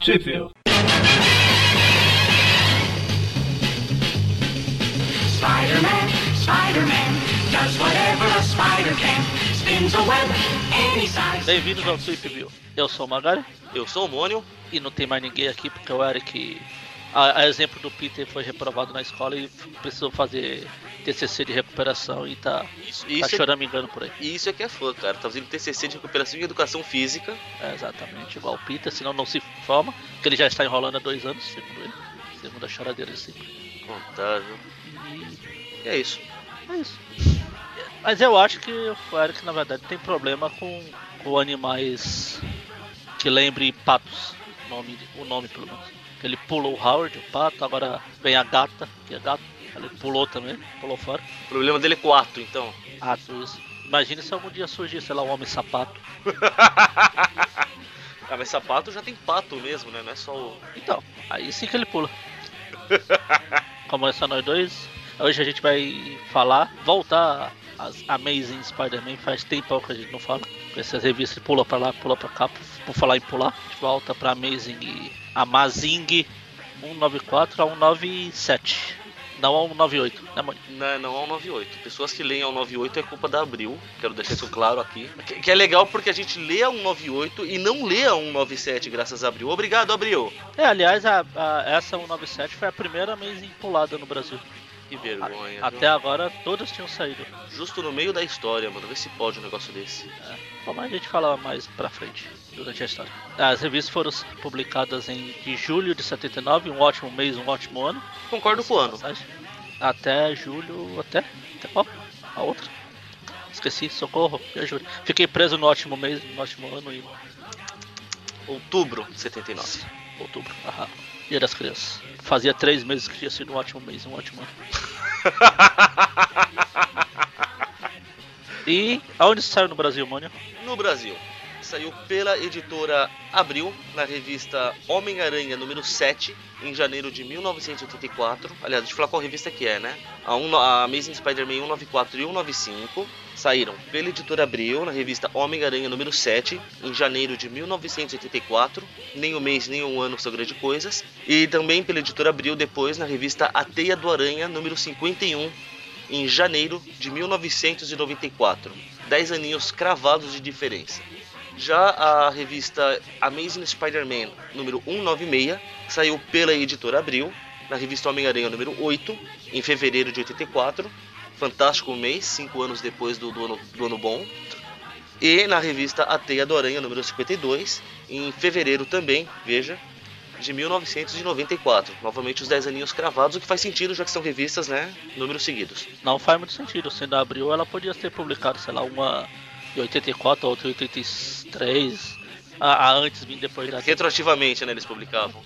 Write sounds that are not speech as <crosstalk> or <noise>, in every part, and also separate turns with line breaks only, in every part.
Sheffield.
Spider-Man, Spider-Man, does whatever a spider can. Spins a web any size.
Bem-vindos ao Trip View. Eu sou o Magari
Eu sou o Mônio.
e não tem mais ninguém aqui porque o Eric, a, a exemplo do Peter, foi reprovado na escola e f- precisou fazer TCC de recuperação e tá,
Isso,
tá
isso, é,
choramingando por aí.
isso é que é fã, cara. Tá fazendo TCC de recuperação e educação física.
É exatamente igual o Peter, senão não se forma, porque ele já está enrolando há dois anos, segundo ele. Segundo a choradeira sempre.
Contável.
E
E é isso.
é isso. Mas eu acho que o Eric, na verdade, tem problema com, com animais que lembrem patos. Nome, o nome, pelo menos. Ele pulou o Howard, o pato, agora vem a gata, que é gato. Ele pulou também, pulou fora.
O problema dele é com o ato, então.
Ah, isso. Imagina se algum dia surgir, sei lá, um homem sapato.
Ah, mas sapato já tem pato mesmo, né? Não é só o.
Então, aí sim que ele pula. Como é só nós dois, hoje a gente vai falar, voltar às Amazing Spider-Man. Faz tempo que a gente não fala. Essas revistas pula pra lá, pula pra cá, por, por falar em pular. A gente volta pra Amazing, Amazing 194 a 197. Não a 198, né, mãe?
Não, é não ao 98. Pessoas que leem ao 98 é culpa da Abril. Quero deixar isso claro aqui. Que, que é legal porque a gente lê a 198 e não lê a 197, graças a Abril. Obrigado, Abril.
É, aliás, a, a- essa 197 foi a primeira Amazing pulada no Brasil.
Que vergonha.
Até agora, todas tinham saído.
viu? Justo no meio da história, mano. Vê se pode um negócio desse.
Bom, mas a gente fala mais pra frente durante a história. As revistas foram publicadas em de julho de 79, um ótimo mês, um ótimo ano.
Concordo com o ano.
Passagem. Até julho, até, até qual? A outra? Esqueci, socorro, me ajude. Fiquei preso no ótimo mês, no ótimo ano e
Outubro de 79.
outubro. Ahá. Dia das crianças. Fazia três meses que tinha sido um ótimo mês, um ótimo ano. e aonde saiu no Brasil, Mônio?
no Brasil. Saiu pela editora Abril, na revista Homem-Aranha número 7, em janeiro de 1984. Aliás, deixa eu falar qual revista que é, né? A, um, a Amazing Spider-Man 194 e 195 saíram pela editora Abril, na revista Homem-Aranha número 7, em janeiro de 1984. Nem um mês, nem um ano são grandes coisas. E também pela editora Abril, depois, na revista A Teia do Aranha número 51, em janeiro de 1994. 10 aninhos cravados de diferença. Já a revista Amazing Spider-Man número 196 saiu pela editora Abril, na revista Homem-Aranha número 8, em fevereiro de 84. Fantástico mês, 5 anos depois do, do, ano, do ano bom. E na revista A Teia do Aranha número 52, em fevereiro também, veja, de 1994. Novamente os 10 aninhos cravados, o que faz sentido, já que são revistas, né? Números seguidos.
Não faz muito sentido. Sendo abril, ela podia ter publicado, sei lá, uma em 84, a outra em 83. A, a antes vim depois da
Retroativamente, né? Eles publicavam.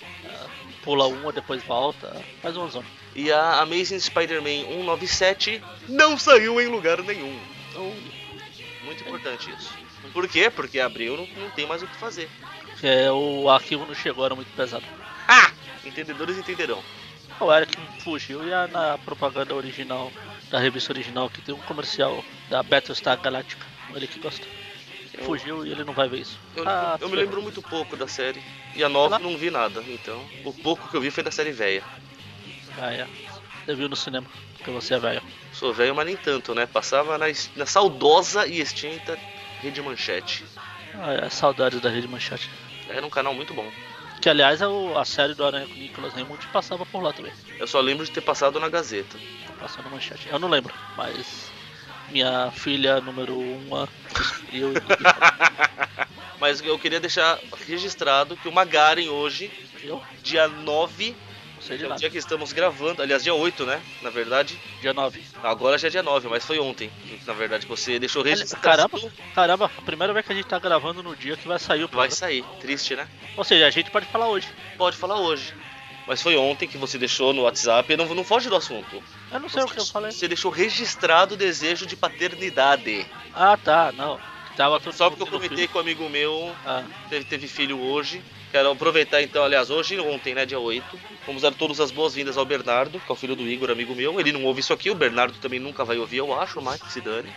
pula uma, depois volta. Faz uma zona.
E a Amazing Spider-Man 197 não saiu em lugar nenhum.
Então,
Muito importante isso. Por quê? Porque abril não, não tem mais o que fazer.
é, o arquivo não chegou, era muito pesado. É
Ha! Entendedores entenderão.
O Eric fugiu e a, na propaganda original, da revista original, que tem um comercial da Battlestar Galactica. Ele que gosta.
Eu-
Fugiu e ele não vai ver isso.
Eu,
Ah,
eu me
ferrou.
lembro muito pouco da série. E a nova não vi nada, então. O pouco que eu vi foi da série velha.
Ah, é. Você viu no cinema, porque você é velho.
Sou velho, mas nem tanto, né? Passava na, es- na saudosa e extinta Rede Manchete.
Ah, é, saudades da Rede Manchete.
Era um canal muito bom.
Que aliás é o- a série do Aranha com Nicolas Raymond passava por lá também.
Eu só lembro de ter passado na Gazeta.
Tá Passando manchete. Eu não lembro, mas minha filha número um, uma descobriu e
Mas eu queria deixar registrado que o Magaren hoje,
eu não
dia 9
sei de
É o
nada.
dia que estamos gravando, aliás, dia 8, né? Na verdade,
Dia 9.
agora já é dia 9, mas foi ontem, que, na verdade, que você deixou registrado.
Caramba, caramba, a primeira vez que a gente tá gravando no dia que vai sair o
Vai
programa.
sair, triste, né?
Ou seja, a gente pode falar hoje.
Pode falar hoje. Mas foi ontem que você deixou no WhatsApp, não, não foge do assunto.
Eu não sei o que eu falei.
Você deixou registrado o desejo de paternidade.
Ah tá, não. Tava todo
Só porque eu
mundo tendo
comentei
filho.
com um amigo meu,
Ah,
teve, teve filho hoje. Quero aproveitar então, aliás, hoje e ontem, né, dia 8. Vamos dar todas as boas-vindas ao Bernardo, que é o filho do Igor, amigo meu. Ele não ouve isso aqui, o Bernardo também nunca vai ouvir, eu acho, mas que se dane.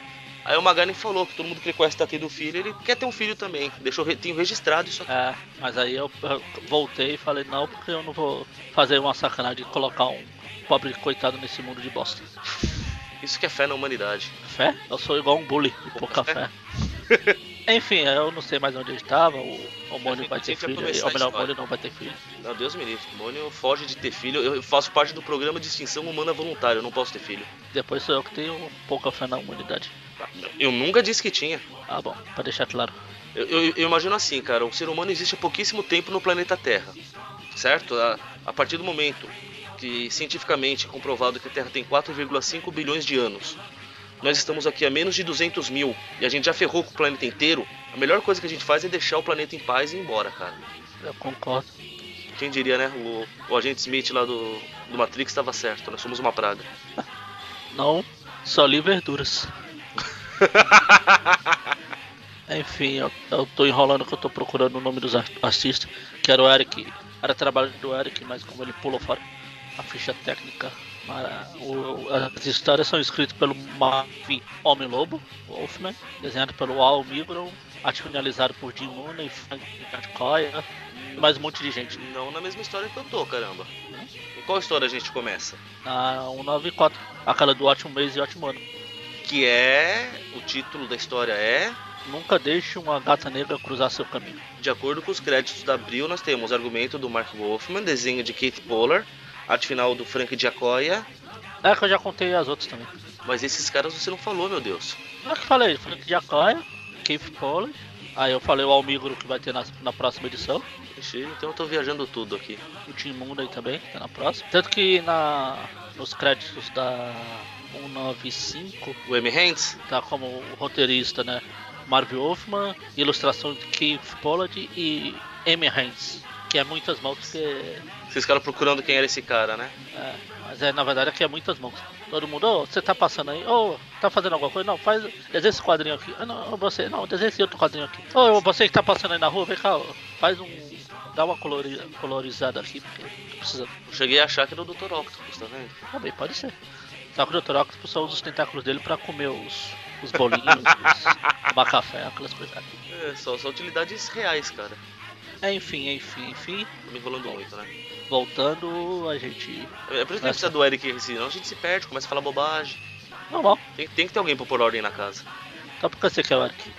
Aí o Magaren falou que todo mundo que ele conhece tá tendo filho, ele quer ter um filho também. Deixou, re- tenho registrado isso aqui.
É, mas aí eu, eu voltei e falei, não, porque eu não vou fazer uma sacanagem de colocar um pobre coitado nesse mundo de bosta.
Isso que é fé na humanidade.
Fé? Eu sou igual um bully de pouca fé. Enfim, eu não sei mais onde ele estava, o, o Mônio vai ter
Enfim,
filho,
pra começar
ou melhor,
a
o Mônio não vai ter filho.
Não, Ah, Deus me livre. Mônio foge de ter filho. Eu eu faço parte do programa de extinção humana voluntária. Eu não posso ter filho. Ah,
Depois sou eu que tenho pouca fé na humanidade.
Eu nunca disse que tinha.
Ah, bom, pra deixar claro.
Eu, eu- eu imagino assim, cara, o ser humano existe há pouquíssimo tempo no planeta Terra, certo? A, a partir do momento que cientificamente é comprovado que a Terra tem 4,5 bilhões de anos, nós estamos aqui a menos de 200 mil e a gente já ferrou com o planeta inteiro, a melhor coisa que a gente faz é deixar o planeta em paz e ir embora, cara.
Eu concordo.
Quem diria, né? O, o agente Smith lá do, do Matrix estava certo, nós somos uma praga.
Não, só li verduras. Enfim, eu, eu tô enrolando que eu tô procurando o nome dos ar- artistas, que era o Eric, era trabalho do Eric, mas como ele pulou fora a ficha técnica, mas o- as histórias são escritas pelo Marvin Homem Lobo, Wolfman, desenhado pelo Al Migron, arte finalizado por Jim Luna e Frank Catcoya, mais um monte de gente.
Não na mesma história que eu tô, caramba. Em qual história a gente começa?
Na 194, aquela do ótimo mês e ótimo ano.
Que é. O título da história é.
Nunca deixe uma gata negra cruzar seu caminho.
De acordo com os créditos da Abril, nós temos argumento do Mark Wolfman, desenho de Keith Pollard, arte final do Frank Giacoya,
É que eu já contei as outras também.
mas esses caras você não falou, meu Deus.
Não é que eu falei, Frank Jacaia, Keith Pollard. Aí eu falei o Almigro que vai ter na, na próxima edição.
Ixi, então eu tô viajando tudo aqui.
O Tim Mundo aí também, que tá na próxima. Tanto que na, nos créditos da 195
O M. Hands?
tá como roteirista, né? Marvel Wolfman, ilustração de Keith Pollard e Amy Hands, que é muitas mãos porque
Vocês ficaram procurando quem era esse cara, né?
É, mas é, na verdade aqui é muitas mãos. Todo mundo, ô, você tá passando aí, ô, tá fazendo alguma coisa? Não, faz, desenha esse quadrinho aqui. Ah, não, ô, você, não, desenha esse outro quadrinho aqui. Ô, você que tá passando aí na rua, vem cá, ô, faz um, dá uma colori- colorizada aqui, porque tô precisando.
Eu cheguei a achar que era o Dr. Octopus, tá vendo?
Tá bem, pode ser. Só que o Dr. Octopus só usa os tentáculos dele pra comer os, os bolinhos, os, tomar café, aquelas coisas.
É, só, só utilidades reais, cara.
É, enfim, enfim, enfim.
Tô me enrolando muito, né?
Voltando, a gente...
É por isso que a gente precisa do Eric, senão a gente se perde, começa a falar bobagem.
Normal.
Tem, tem que ter alguém pra pôr ordem na casa.
Só porque você quer um o Eric.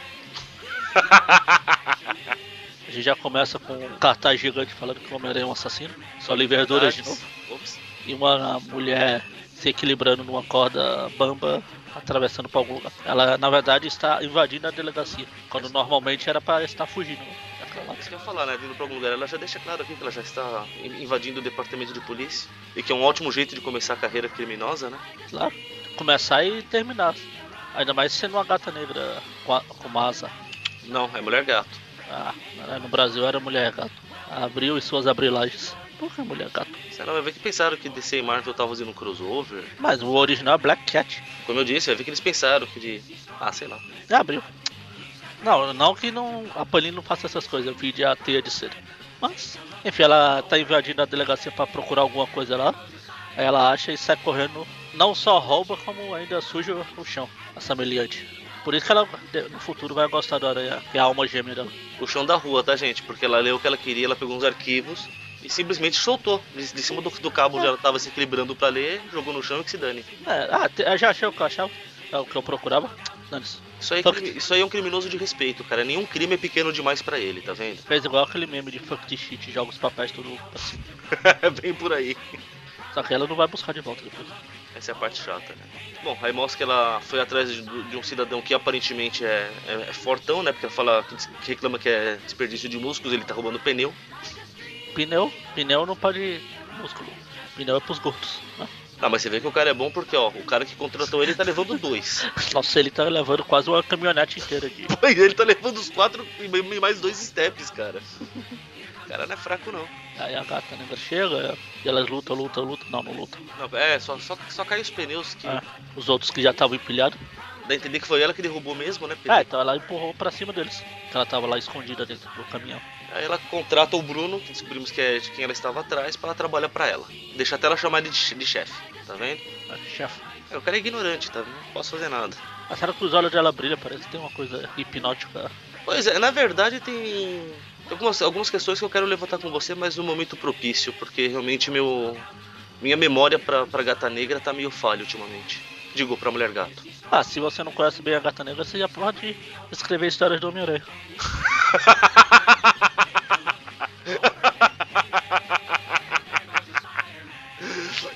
A gente já começa com um cartaz gigante falando que o Homem-Aranha é um assassino. Só li verduras de novo.
Ah, Ops.
E uma mulher se equilibrando numa corda bamba, atravessando pra algum lugar. Ela, na verdade, está invadindo a delegacia. Quando normalmente era pra estar fugindo. né? Aquela lá.
Isso que eu ia falar, né? Vindo pra algum lugar, ela já deixa claro aqui que ela já está in- invadindo o departamento de polícia. E que é um ótimo jeito de começar a carreira criminosa, né?
Claro. Começar e terminar. Ainda mais sendo uma gata negra com, a, com uma asa.
Não, é mulher gato.
Ah, no Brasil era mulher gato. Abriu e suas abrilagens. Por que mulher gato?
Sei lá, vai ver que pensaram que DC e Marvel estavam fazendo um crossover.
Mas o original é Black Cat.
Como eu disse, vai ver que eles pensaram que de. Ah, sei lá.
Já abriu. Não, não que não, a Panini não faça essas coisas, vide a teia de seda. Mas, enfim, ela tá invadindo a delegacia pra procurar alguma coisa lá. Aí ela acha e sai correndo. Não só rouba, como ainda suja o chão, essa meliante. Por isso que ela de- no futuro vai gostar da aranha, que é a alma gêmea dela.
O chão da rua, tá, gente? Porque ela leu o que ela queria, ela pegou uns arquivos e simplesmente soltou. De, de cima do, do cabo onde ela tava se equilibrando pra ler, jogou no chão e que se dane.
É, ah, te- eu já achei o que eu achava, é o que eu procurava. Não, isso.
Isso aí, é
Fuck.
crime- isso aí é um criminoso de respeito, cara. Nenhum crime é pequeno demais pra ele, tá vendo?
Fez igual aquele meme de fuck the shit, joga os papéis tudo pra cima.
<laughs> É bem por aí.
Só que ela não vai buscar de volta depois.
Essa é a parte chata, né? Bom, aí mostra que ela foi atrás de, de um cidadão que aparentemente é, é- é fortão, né? Porque ela fala que diz- que reclama que é desperdício de músculos, ele tá roubando pneu.
Pneu, pneu não pode músculo. Pneu é pros gordos. Né? <laughs>
Ah, mas você vê que o cara é bom porque, ó, o cara que contratou ele tá
<laughs>
levando dois.
Nossa, ele tá levando quase uma caminhonete inteira de.
Pô, ele tá levando os quatro e ma- e mais dois steps, cara. O cara não é fraco, não.
Aí a gata negra chega e elas lutam, lutam, lutam. Não, não lutam.
Não, é, só, só, só cai os pneus que
Ah. Os outros que já estavam empilhados.
dá a entender que foi ela que derrubou mesmo, né? Porque-
Ah, então ela empurrou pra cima deles. que Ela tava lá escondida dentro do caminhão.
Aí ela contrata o Bruno, que descobrimos que é de quem ela estava atrás, pra ela trabalhar pra ela. Deixa até ela chamar ele de, che- de chefe, tá vendo?
Ah, Chefe.
É, o cara é ignorante, tá? Não posso fazer nada.
A cena que os olhos dela brilham, parece que tem uma coisa hipnótica.
Pois é, na verdade tem algumas, algumas questões que eu quero levantar com você, mas no momento propício, porque realmente meu minha memória pra, pra gata negra tá meio falha ultimamente. Digo, pra mulher gato.
Ah, se você não conhece bem a Gata Negra, você já pode escrever histórias do Homem-Aranha.
<laughs>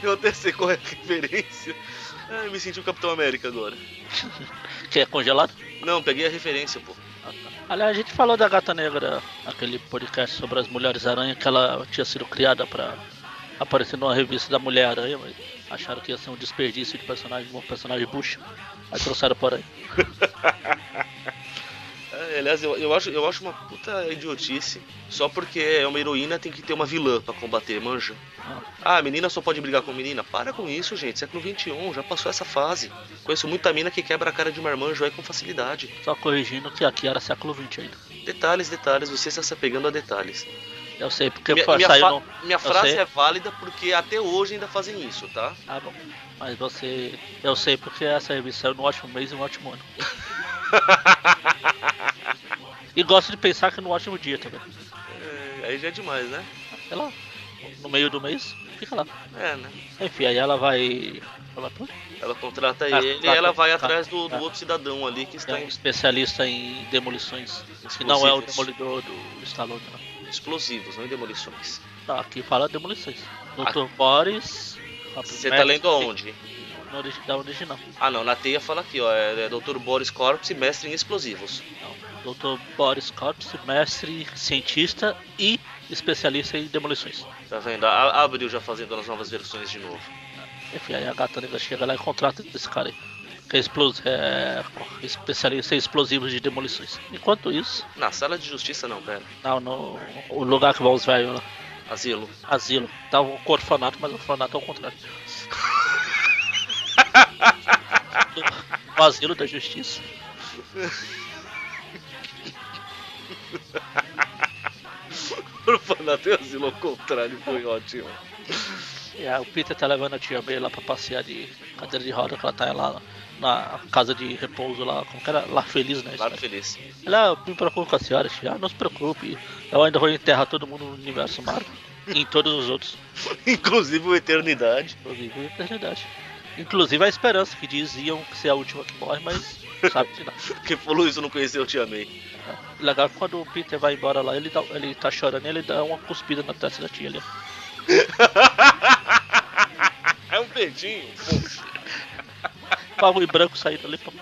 Eu até sei qual é a referência. Ah, eu me senti o Capitão América agora.
Que é congelado.
Não, peguei a referência, pô.
Ah, tá. Aliás, a gente falou da Gata Negra, aquele podcast sobre as Mulheres Aranha, que ela tinha sido criada pra aparecer numa revista da Mulher Aranha, mas acharam que ia ser um desperdício de personagem, um personagem bucha. Aí trouxeram para aí.
É, aliás, eu, eu, acho, eu acho uma puta idiotice. Só porque é uma heroína tem que ter uma vilã pra combater, manja.
Ah.
Ah, menina só pode brigar com menina. Para com isso, gente. Século XXI, já passou essa fase. Conheço muita mina que quebra a cara de marmanjo aí com facilidade.
Só corrigindo que aqui era século XX ainda.
Detalhes, detalhes, você está se apegando a detalhes.
Eu sei, porque
minha
foi-
minha
saiu
fa-
no.
minha
eu
frase
sei.
é válida porque até hoje ainda fazem isso, tá?
Ah, bom. Mas você. Eu sei porque essa revista saiu no ótimo mês e no ótimo
<laughs>
ano. e gosto de pensar que no ótimo dia também.
É, aí já é demais, né?
Sei lá, no meio do mês, fica lá.
É, né?
Enfim, aí ela vai. Ela pô,
Ela contrata
Tá,
ele
tá,
e ela
tá,
vai
tá,
atrás do, do
tá.
outro cidadão ali que
é
está
um
em
especialista em demolições. Que não é o
Explosivos.
demolidor do Stallone, não. é
explosivos, não em demolições.
Tá, aqui fala demolições. Dr. Boris.
Você tá lendo aonde?
No original, original.
Ah não, na teia fala aqui, ó, é, é Dr. Boris Corpse, mestre em explosivos.
Não. Dr. Boris Corps, mestre, cientista e especialista em demolições.
Tá vendo? A, abriu já fazendo as novas versões de novo.
Enfim, aí a gata negra chega lá e contrata esse cara aí. Que é, explos- é especialista em explosivos de demolições. Enquanto isso,
Na sala de justiça não, pera.
não, no o lugar que vão os velhos né? lá,
Asilo. <laughs>
asilo, tá um orfanato, mas o orfanato é o contrário. o asilo da justiça.
Orfanato e asilo ao contrário foi ótimo.
E aí, o Peter tá levando a tia May lá pra passear de cadeira de roda, que ela tá lá na casa de repouso lá, como que era? Lá feliz, né?
Claro feliz. <laughs>
Ela eu me preocupa com a senhora, tia. Ah, não se preocupe. Eu ainda vou enterrar todo mundo no universo Marvel. e em todos os outros.
Inclusive o Eternidade.
Inclusive a eternidade. Inclusive a esperança, que diziam que ser a última que morre, mas sabe de nada.
Quem falou isso não conheceu, eu te amei.
Legal que quando o Peter vai embora lá, ele, dá- ele tá chorando e ele dá uma cuspida na testa da tia ali.
É um pedinho.
Pavo e branco saindo ali. pá.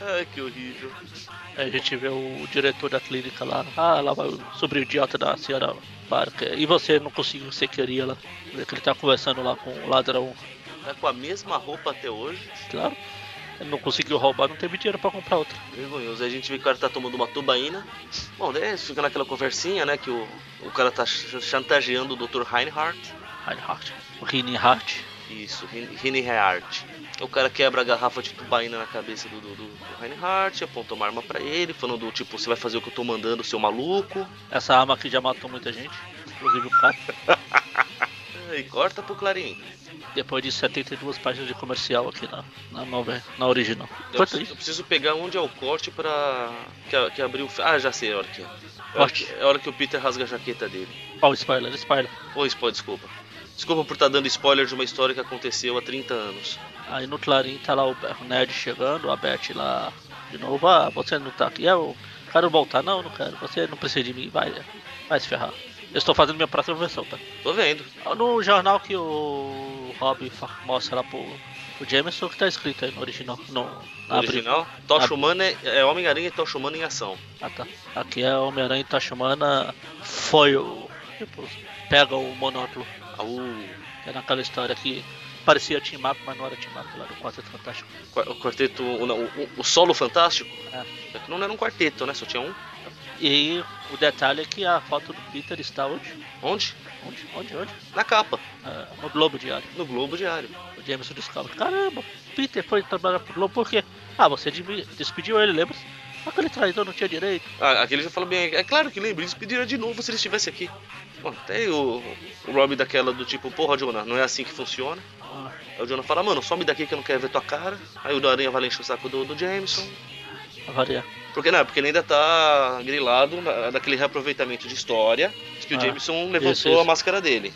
Ai, que horrível.
Aí a gente vê o diretor da clínica lá. Ah, lá vai o sobrinho idiota da senhora Parker. E você não conseguiu o que você queria lá. Vê que ele tá conversando lá com o ladrão
Tá com a mesma roupa até hoje.
Claro. Ele não conseguiu roubar, não teve dinheiro pra comprar outra.
Vergonhoso. Aí a gente vê que o cara tá tomando uma tubaína. Bom, daí fica naquela conversinha, né? Que o, o cara tá ch- chantageando o Dr. Reinhardt.
Reinhardt. O Reinhardt.
Isso, Rein- Reinhardt. O cara quebra a garrafa de tubaína na cabeça do, do, do do Reinhardt, aponta uma arma pra ele, falando do tipo, você vai fazer o que eu tô mandando, seu maluco.
Essa arma aqui já matou muita gente, inclusive o cara.
É, E corta pro Clarim.
Depois de 72 páginas de comercial aqui na, na novela, na original.
Eu,
Enquanto
preciso-
isso,
eu preciso pegar onde é o corte pra. que, a- que abriu. o fi- Ah, já sei a hora que é. É a hora
Corte.
que, é a hora que o Peter rasga a jaqueta dele.
ó, o spoiler, spoiler.
Ou spoiler, desculpa. Desculpa por estar dando spoiler de uma história que aconteceu há 30 anos.
Aí no Clarim tá lá o, Be- o Ned chegando, a Beth lá de novo. Ah, você não tá aqui. Eu quero voltar. Não, não quero. Você não precisa de mim. Vai, vai se ferrar. Eu estou fazendo minha próxima versão, tá?
Tô vendo.
No jornal que o Rob fa- mostra lá pro, pro Jameson, que tá escrito aí no original. No,
No
na abril.
original. Tocha
Abre.
Humana é, é Homem-Aranha e Tocha Humana em ação.
Ah, tá. Aqui é Homem-Aranha tá chamando a Foil. Tipo, pega o monóculo.
Au.
Que é naquela história que parecia Team Up, mas não era Team Up lá do Quarteto Fantástico.
Qua- O quarteto. O, não, o- o solo fantástico?
É.
É que não era um quarteto, né? Só tinha um.
E o detalhe é que a foto do Peter está onde?
Onde?
Onde? Onde? Onde?
Na capa.
Ah, no Globo Diário.
No Globo Diário.
O Jameson descobre. Caramba, Peter foi trabalhar pro Globo por quê? Ah, você de- despediu ele, lembra? Aquele traidor não tinha direito.
Ah, aquele já falou bem, é claro que lembra, eles pediram de novo se ele estivesse aqui. Mano, tem o, o Rob daquela do tipo, porra, Jonah, não é assim que funciona.
Ah,
Aí o Jonah fala, mano, some daqui que eu não quero ver tua cara. Aí o da Aranha vai lá encher o saco do, do Jameson.
pra variar.
Porque não, porque ele ainda tá grilado na, naquele reaproveitamento de história que o
Ah,
Jameson levantou
isso, isso.
a máscara dele.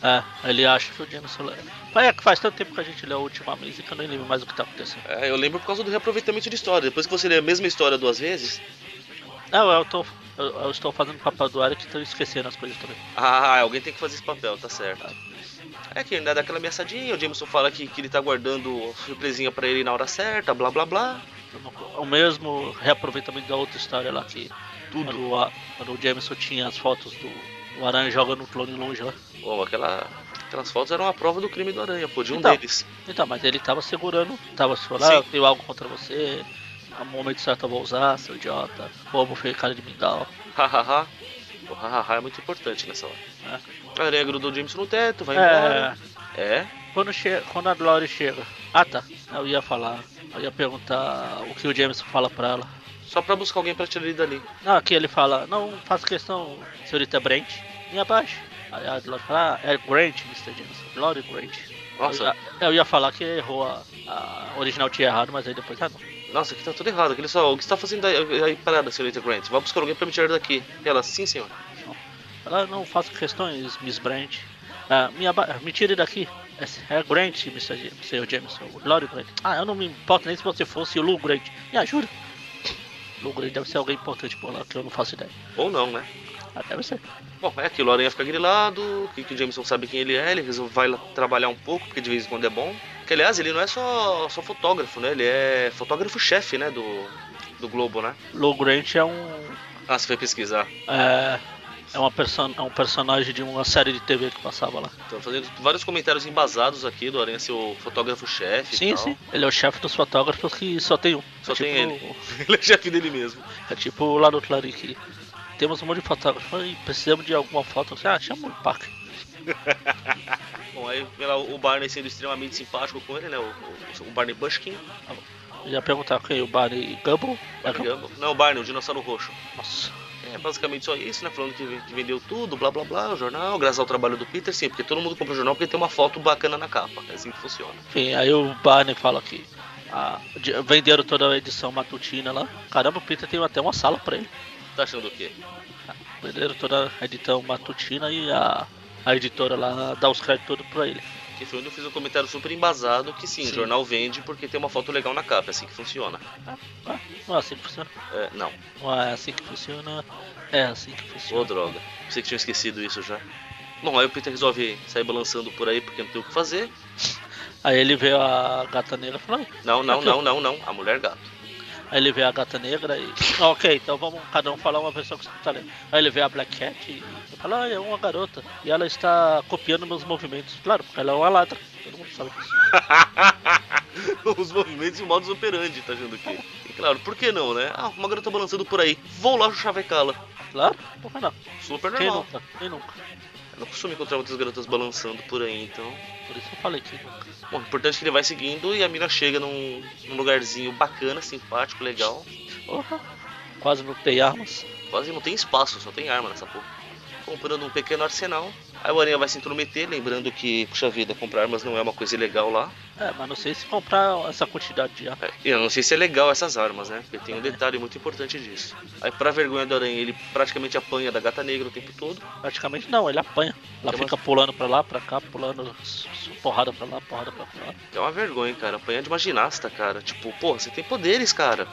É, ele acha que o Jameson leva. Mas é que faz tanto tempo que a gente lê a última mesa que eu nem lembro mais o que tá acontecendo.
É, eu lembro por causa do reaproveitamento de história. Depois que você lê a mesma história duas vezes,
Não, É, eu tô. Eu, eu estou fazendo papel do Eric e tô esquecendo as coisas também.
ah, alguém tem que fazer esse papel, tá certo. É que ainda dá aquela ameaçadinha, o Jameson fala que, que ele tá guardando surpresinha pra ele na hora certa, blá blá blá.
Eu não- O mesmo reaproveitamento da outra história lá que Quando, o- quando o Jameson tinha as fotos do, do Aranha jogando um clone longe lá.
Bom, aquela, aquelas fotos eram a prova do crime do Aranha, pô, de um
Então.
deles. <laughs>
Então, mas ele tava segurando, tava se falando, ah, eu
Sim.
tenho algo contra você, no momento certo eu vou usar, seu idiota, bobo feio cara de mingau.
Hahaha. O hahaha é muito importante nessa hora. A aranha grudou o Jameson no teto, vai
É,
embora. É.
quando, che quando a Glory chega. Ah tá, eu ia falar, eu ia perguntar o que o Jameson fala pra ela.
Só pra buscar alguém pra tirar ele dali.
Não, aqui ele fala, não faço questão, senhorita Brent, me abaixe. Aí a Glory fala, ah, é Grant, Mr. Jameson, Glory Grant. Eu,
Nossa,
ia- eu ia falar que errou a, a original tinha errado, mas aí depois ah, não.
nossa, aqui tá tudo errado. Aquele só, o que você tá fazendo aí, aí parada, senhorita Grant? Vai buscar alguém pra me tirar daqui. E ela, sim, senhor.
Ela não faço questões, Miss Brent. Ah, me, aba- me tire daqui. É- É Grant, Mr. Jam- Sr. Jameson. Lório é Grant. Ah, eu não me importo nem se você fosse o Lou Grant. Me ajuda. Lou Grant deve ser alguém importante por lá, que eu não faço ideia.
Ou não, né?
Ah, deve ser.
Bom, é aquilo, a aranha fica grilado, que, que o Jameson sabe quem ele é, ele resolve, vai lá trabalhar um pouco, porque de vez em quando é bom. Que aliás, ele não é só, só fotógrafo, né? Ele é fotógrafo-chefe, né? Do, do Globo, né?
Lou Grant é um.
Ah, você foi pesquisar.
É, é, uma perso é um personagem de uma série de TV que passava lá.
Tô fazendo vários comentários embasados aqui do Aranha ser o fotógrafo-chefe. e
Sim,
tal.
sim. Ele é o chefe dos fotógrafos que só tem um.
Só
é
tem
tipo,
<laughs> ele é chefe dele mesmo.
É tipo lá no Clarice. Temos um monte de fotógrafos e precisamos de alguma foto. Ah, chama o Pac.
Bom, aí vê lá o Barney sendo extremamente simpático com ele, né? O, o- o Barney Bushkin.
Eu ia perguntar quem? O Barney Gumble? É
Barney
Gumble?
Gumble. Não, o Barney, o dinossauro roxo.
Nossa.
É basicamente só isso, né? Falando que, ven- que vendeu tudo, blá blá blá, o jornal, graças ao trabalho do Peter, sim, porque todo mundo compra o jornal porque tem uma foto bacana na capa. É assim que funciona.
Enfim, aí o Barney fala que ah, de- venderam toda a edição matutina lá. Caramba, o Peter tem até uma sala pra ele.
Tá achando o quê?
Venderam toda a edição matutina e a, a editora lá dá os créditos todos pra ele.
Que foi onde eu fiz um comentário super embasado que sim,
Sim.
o jornal vende porque tem uma foto legal na capa, é assim que funciona.
Ah, não é assim que funciona.
É, não,
Não é assim que funciona. É assim que
ô
funciona.
droga. Pensei que tinha esquecido isso já. Bom, aí o Peter resolve sair balançando por aí porque não tem o que fazer.
Aí ele vê a gata negra e fala, "Ai,
Não, não, não, não, não. A mulher gato.
Aí ele vê a gata negra e. "Ah, ok, então vamos cada um falar uma versão que você tá lendo. Aí ele vê a Black Cat e fala, ah, é uma garota. E ela está copiando meus movimentos. Claro, porque ela é uma ladra. Todo mundo sabe disso.
<laughs> Os movimentos e o modus operandi, tá achando o quê? E claro, por que não, né? Ah, uma garota balançando por aí. Vou lá chavecá-la.
Claro, porra não.
Super
Quem
normal.
nunca? Quem nunca?
Eu não costumo encontrar outras garotas balançando por aí, então.
Por isso eu falei que nunca.
Bom, o importante é que ele vai seguindo e a mina chega num, num lugarzinho bacana, simpático, legal.
Porra. Quase não tem armas.
Quase não tem espaço, só tem arma nessa porra. Comprando um pequeno arsenal. Aí o Aranha vai se intrometer, lembrando que, puxa vida, comprar armas não é uma coisa ilegal lá.
É, mas não sei se comprar essa quantidade de armas.
É, e Eu não sei se é legal essas armas, né? Porque tem um detalhe muito importante disso. Aí, pra vergonha do Aranha, ele praticamente apanha da gata negra o tempo todo.
Praticamente não, ele apanha. Ela
Tem uma-
fica pulando pra lá, pra cá, pulando su- su- porrada pra lá, porrada pra lá.
Que é uma vergonha, cara. Apanha de uma ginasta, cara. Tipo, porra, você tem poderes, cara.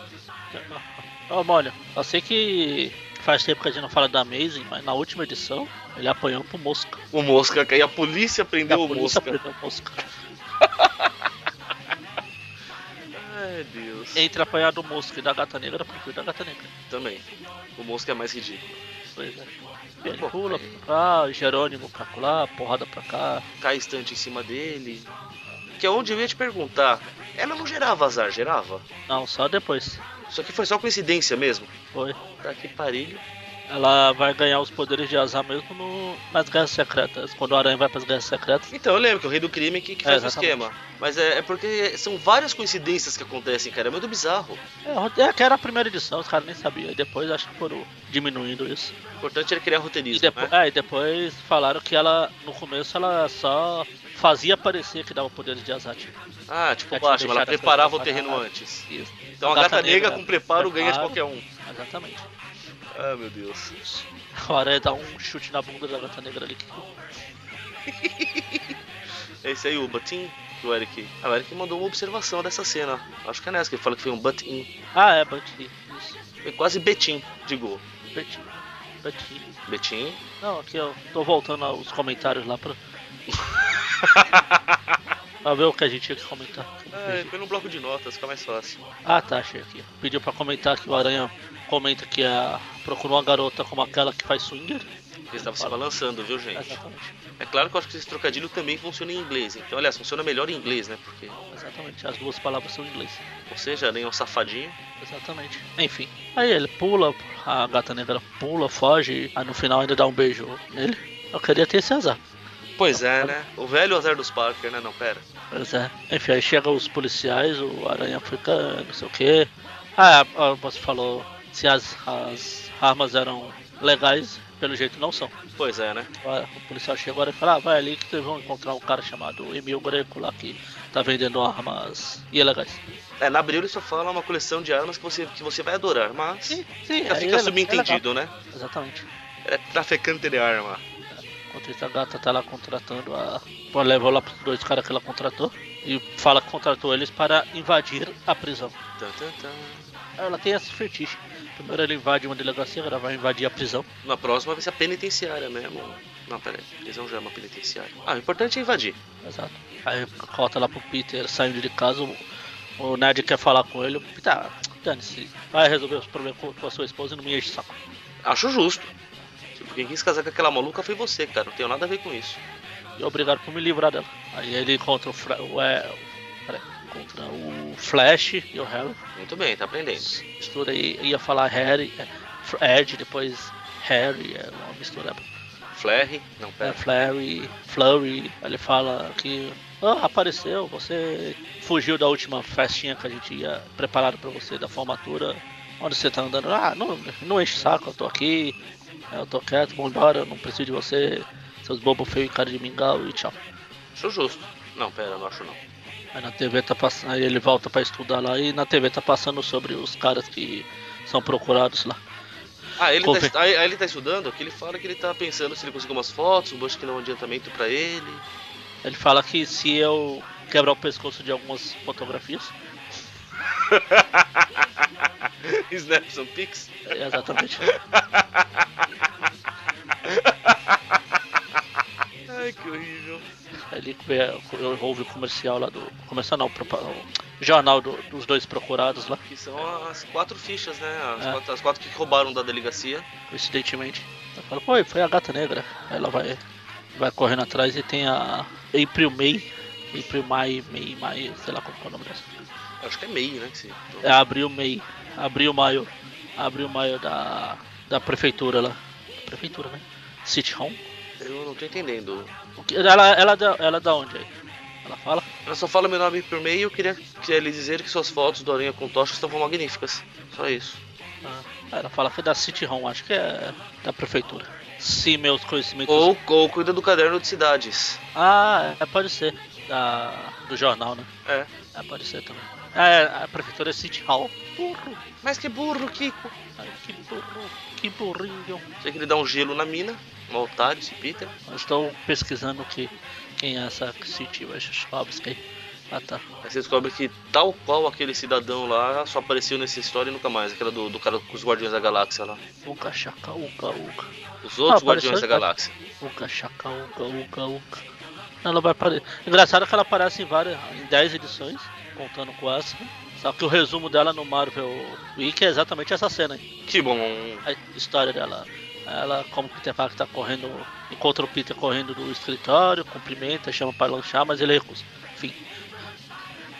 Ô, Mônio, eu sei que faz tempo que a gente não fala da Amazing, mas na última edição ele apanhou pro Mosca.
O Mosca, cara. E a polícia prendeu
a
o
polícia
Mosca.
prendeu o Mosca.
Ai, Deus.
Entre apanhar do Mosca e da Gata Negra, eu prefiro da Gata Negra.
Também. O Mosca é mais ridículo.
Pois é. E Ele
Tá Bom,
pula
aí-
pra cá, Jerônimo pra lá, porrada pra cá.
Cai estante em cima dele. Que é onde eu ia te perguntar. Ela não gerava azar, gerava?
Não, só depois.
Isso aqui foi só coincidência mesmo.
Foi.
Tá que parilho.
Ela vai ganhar os poderes de azar mesmo no- nas guerras secretas. Quando o Aranha vai pras guerras secretas.
Então eu lembro que é o rei do crime que, que faz o
exatamente.
esquema. Mas é, é porque são várias coincidências que acontecem, cara. É muito bizarro.
É, é que era a primeira edição, os caras nem sabiam. E depois acho que foram diminuindo isso.
O importante era criar
E
roteirismo,
depois,
né?
é, e depois falaram que ela, no começo, ela só fazia parecer que dava poderes de azar. Tipo,
Ah, tipo
Já tinha
o Batman, ela
deixado as
preparava o
coisas
terreno
preparadas.
antes.
isso.
Então a gata negra com preparo ganha de qualquer um.
um. né? Exatamente.
Ah, meu Deus.
A Aranha dá um chute na bunda da gata negra ali. que-
Esse aí, o Butin do Eric. Ah, o Eric mandou uma observação dessa cena. Acho que é nessa que ele fala que foi um Butin.
Ah, é, Bati. Isso.
Foi quase Betim, digo.
Bati. Bati.
Betim.
Não, aqui eu tô voltando aos comentários lá
<laughs>
pra. pra ver o que a gente tinha que comentar.
É, foi num bloco de notas, fica mais fácil.
Ah tá, achei aqui. Pediu pra comentar que o Aranha comenta que a... procurou uma garota como aquela que faz swinger.
Ele estava se balançando, viu, gente?
Exatamente,
É claro que eu acho que esse trocadilho também funciona em inglês. Então, aliás, funciona melhor em inglês, né? Porque,
exatamente. As duas palavras são em inglês.
ou seja, nem é um safadinho.
Exatamente. Enfim. Aí ele pula, a gata negra pula, foge, aí no final ainda dá um beijo nele. Eu queria ter esse azar.
Pois é, né? O velho azar dos Parker, né? Não, pera.
Pois é. Enfim, aí chegam os policiais, o Aranha fica, não sei o que. Ah, ah, você falou se as, as armas eram legais, pelo jeito não são.
Pois é, né?
Ah, O policial chegou agora e falou, ah, vai ali que vocês vão encontrar um cara chamado Emil Greco lá que tá vendendo armas ilegais.
É, na abril ele só fala uma coleção de armas que você, que você vai adorar, mas.
sim, é assim
Já fica subentendido, né?
Exatamente.
É traficante de arma.
Enquanto isso, a gata tá lá contratando a. Pô, levou lá pros dois caras que ela contratou e fala que contratou eles para invadir a prisão.
Tan, tan, tan.
Ela tem esse fetiche. Primeiro ela invade uma delegacia, agora vai invadir a prisão.
Na próxima vai ser a penitenciária mesmo. Não, pera aí. Prisão já é uma penitenciária. Ah, o importante é invadir.
Exato. Aí corta lá pro Peter saindo de casa, o, o Ned quer falar com ele. Peter, ah, dane-se, vai resolver os problemas com, com a sua esposa e não me enche o saco.
Acho justo. Tipo, quem quis casar com aquela maluca foi você, cara. Não tenho nada a ver com isso.
E obrigado por me livrar dela. Aí ele encontra o, Fra o, é, o- peraí, encontra o Flash e o Harry.
Muito bem, tá aprendendo.
mistura aí, ia falar Harry, é, F- Ed, depois Harry, é uma mistura.
Flair. Não,
É,
pera.
Flurry, Flurry, ele fala que "Ah, apareceu, você fugiu da última festinha que a gente ia preparado pra você da formatura. Onde você tá andando? Ah, não, não enche o saco, eu tô aqui, eu tô quieto, vou embora, eu não preciso de você, seus bobos feios e cara de mingau e tchau.
Acho justo. Não, pera, não acho não.
Aí na TV tá passando, aí ele volta pra estudar lá e na TV tá passando sobre os caras que são procurados lá.
Ah, ele tá,
Confe-
estu- aí, aí ele tá estudando, que ele fala que ele tá pensando se ele conseguir umas fotos, um busca que não adiantamento pra ele. <laughs>
Ele fala que se eu quebrar o pescoço de algumas fotografias,
Snaps and pics.
é exatamente. <laughs>
Ai, que horrível.
Ele vê, é, eu ouvi o comercial lá do. Comercial não, o propa- o jornal do- dos dois procurados lá,
Que são as quatro fichas, né? As,
É.
quatro, as quatro que roubaram da delegacia.
coincidentemente. Ela fala, pô, foi a gata negra. Aí ela vai, vai correndo atrás e tem a April May. April May, May, May, sei lá como que é o nome dessa.
Eu acho que é meio, né? Que se...
É a Abril May. Abril Maio. Abril Maio da. Da prefeitura lá. Prefeitura, né? City Home.
Eu não tô entendendo.
O que- Ela, ela, é da- ela da onde aí? Ela fala?
Ela só fala meu nome por e-mail e eu queria, queria lhe dizer que suas fotos do Aranha com Tocha estavam magníficas. Só isso.
Ah, ela fala que é da City Home, acho que é da prefeitura. Se meus conhecimentos.
Ou, ou cuida do caderno de cidades.
Ah, é, pode ser. Da, do jornal, né?
É.
É, pode ser também. É, a prefeitura é City Hall. Burro.
Mas que burro, Kiko.
Ai, que burro. Que burrinho.
Sei que ele dá um gelo na mina. Um otário, esse Peter.
Eu estou pesquisando que, quem é essa City Wachowski aí. Ah, tá.
Aí você descobre que tal qual aquele cidadão lá só apareceu nessa história e nunca mais. Aquela do, do cara com os Guardiões da Galáxia lá.
Uca, chaca, uca, uca.
Os outros
Ah, apareceu
Guardiões da
ele,
Galáxia.
Uca, chaca, uca, uca, uca. Ela vai aparecer. Engraçado que ela aparece em várias. em 10 edições, contando com essa. Só que o resumo dela no Marvel Wiki é exatamente essa cena aí.
Que bom.
A história dela. Ela, como Peter Parker tá correndo. Encontra o Peter correndo do escritório, cumprimenta, chama pra lanchar, mas ele recusa. Enfim.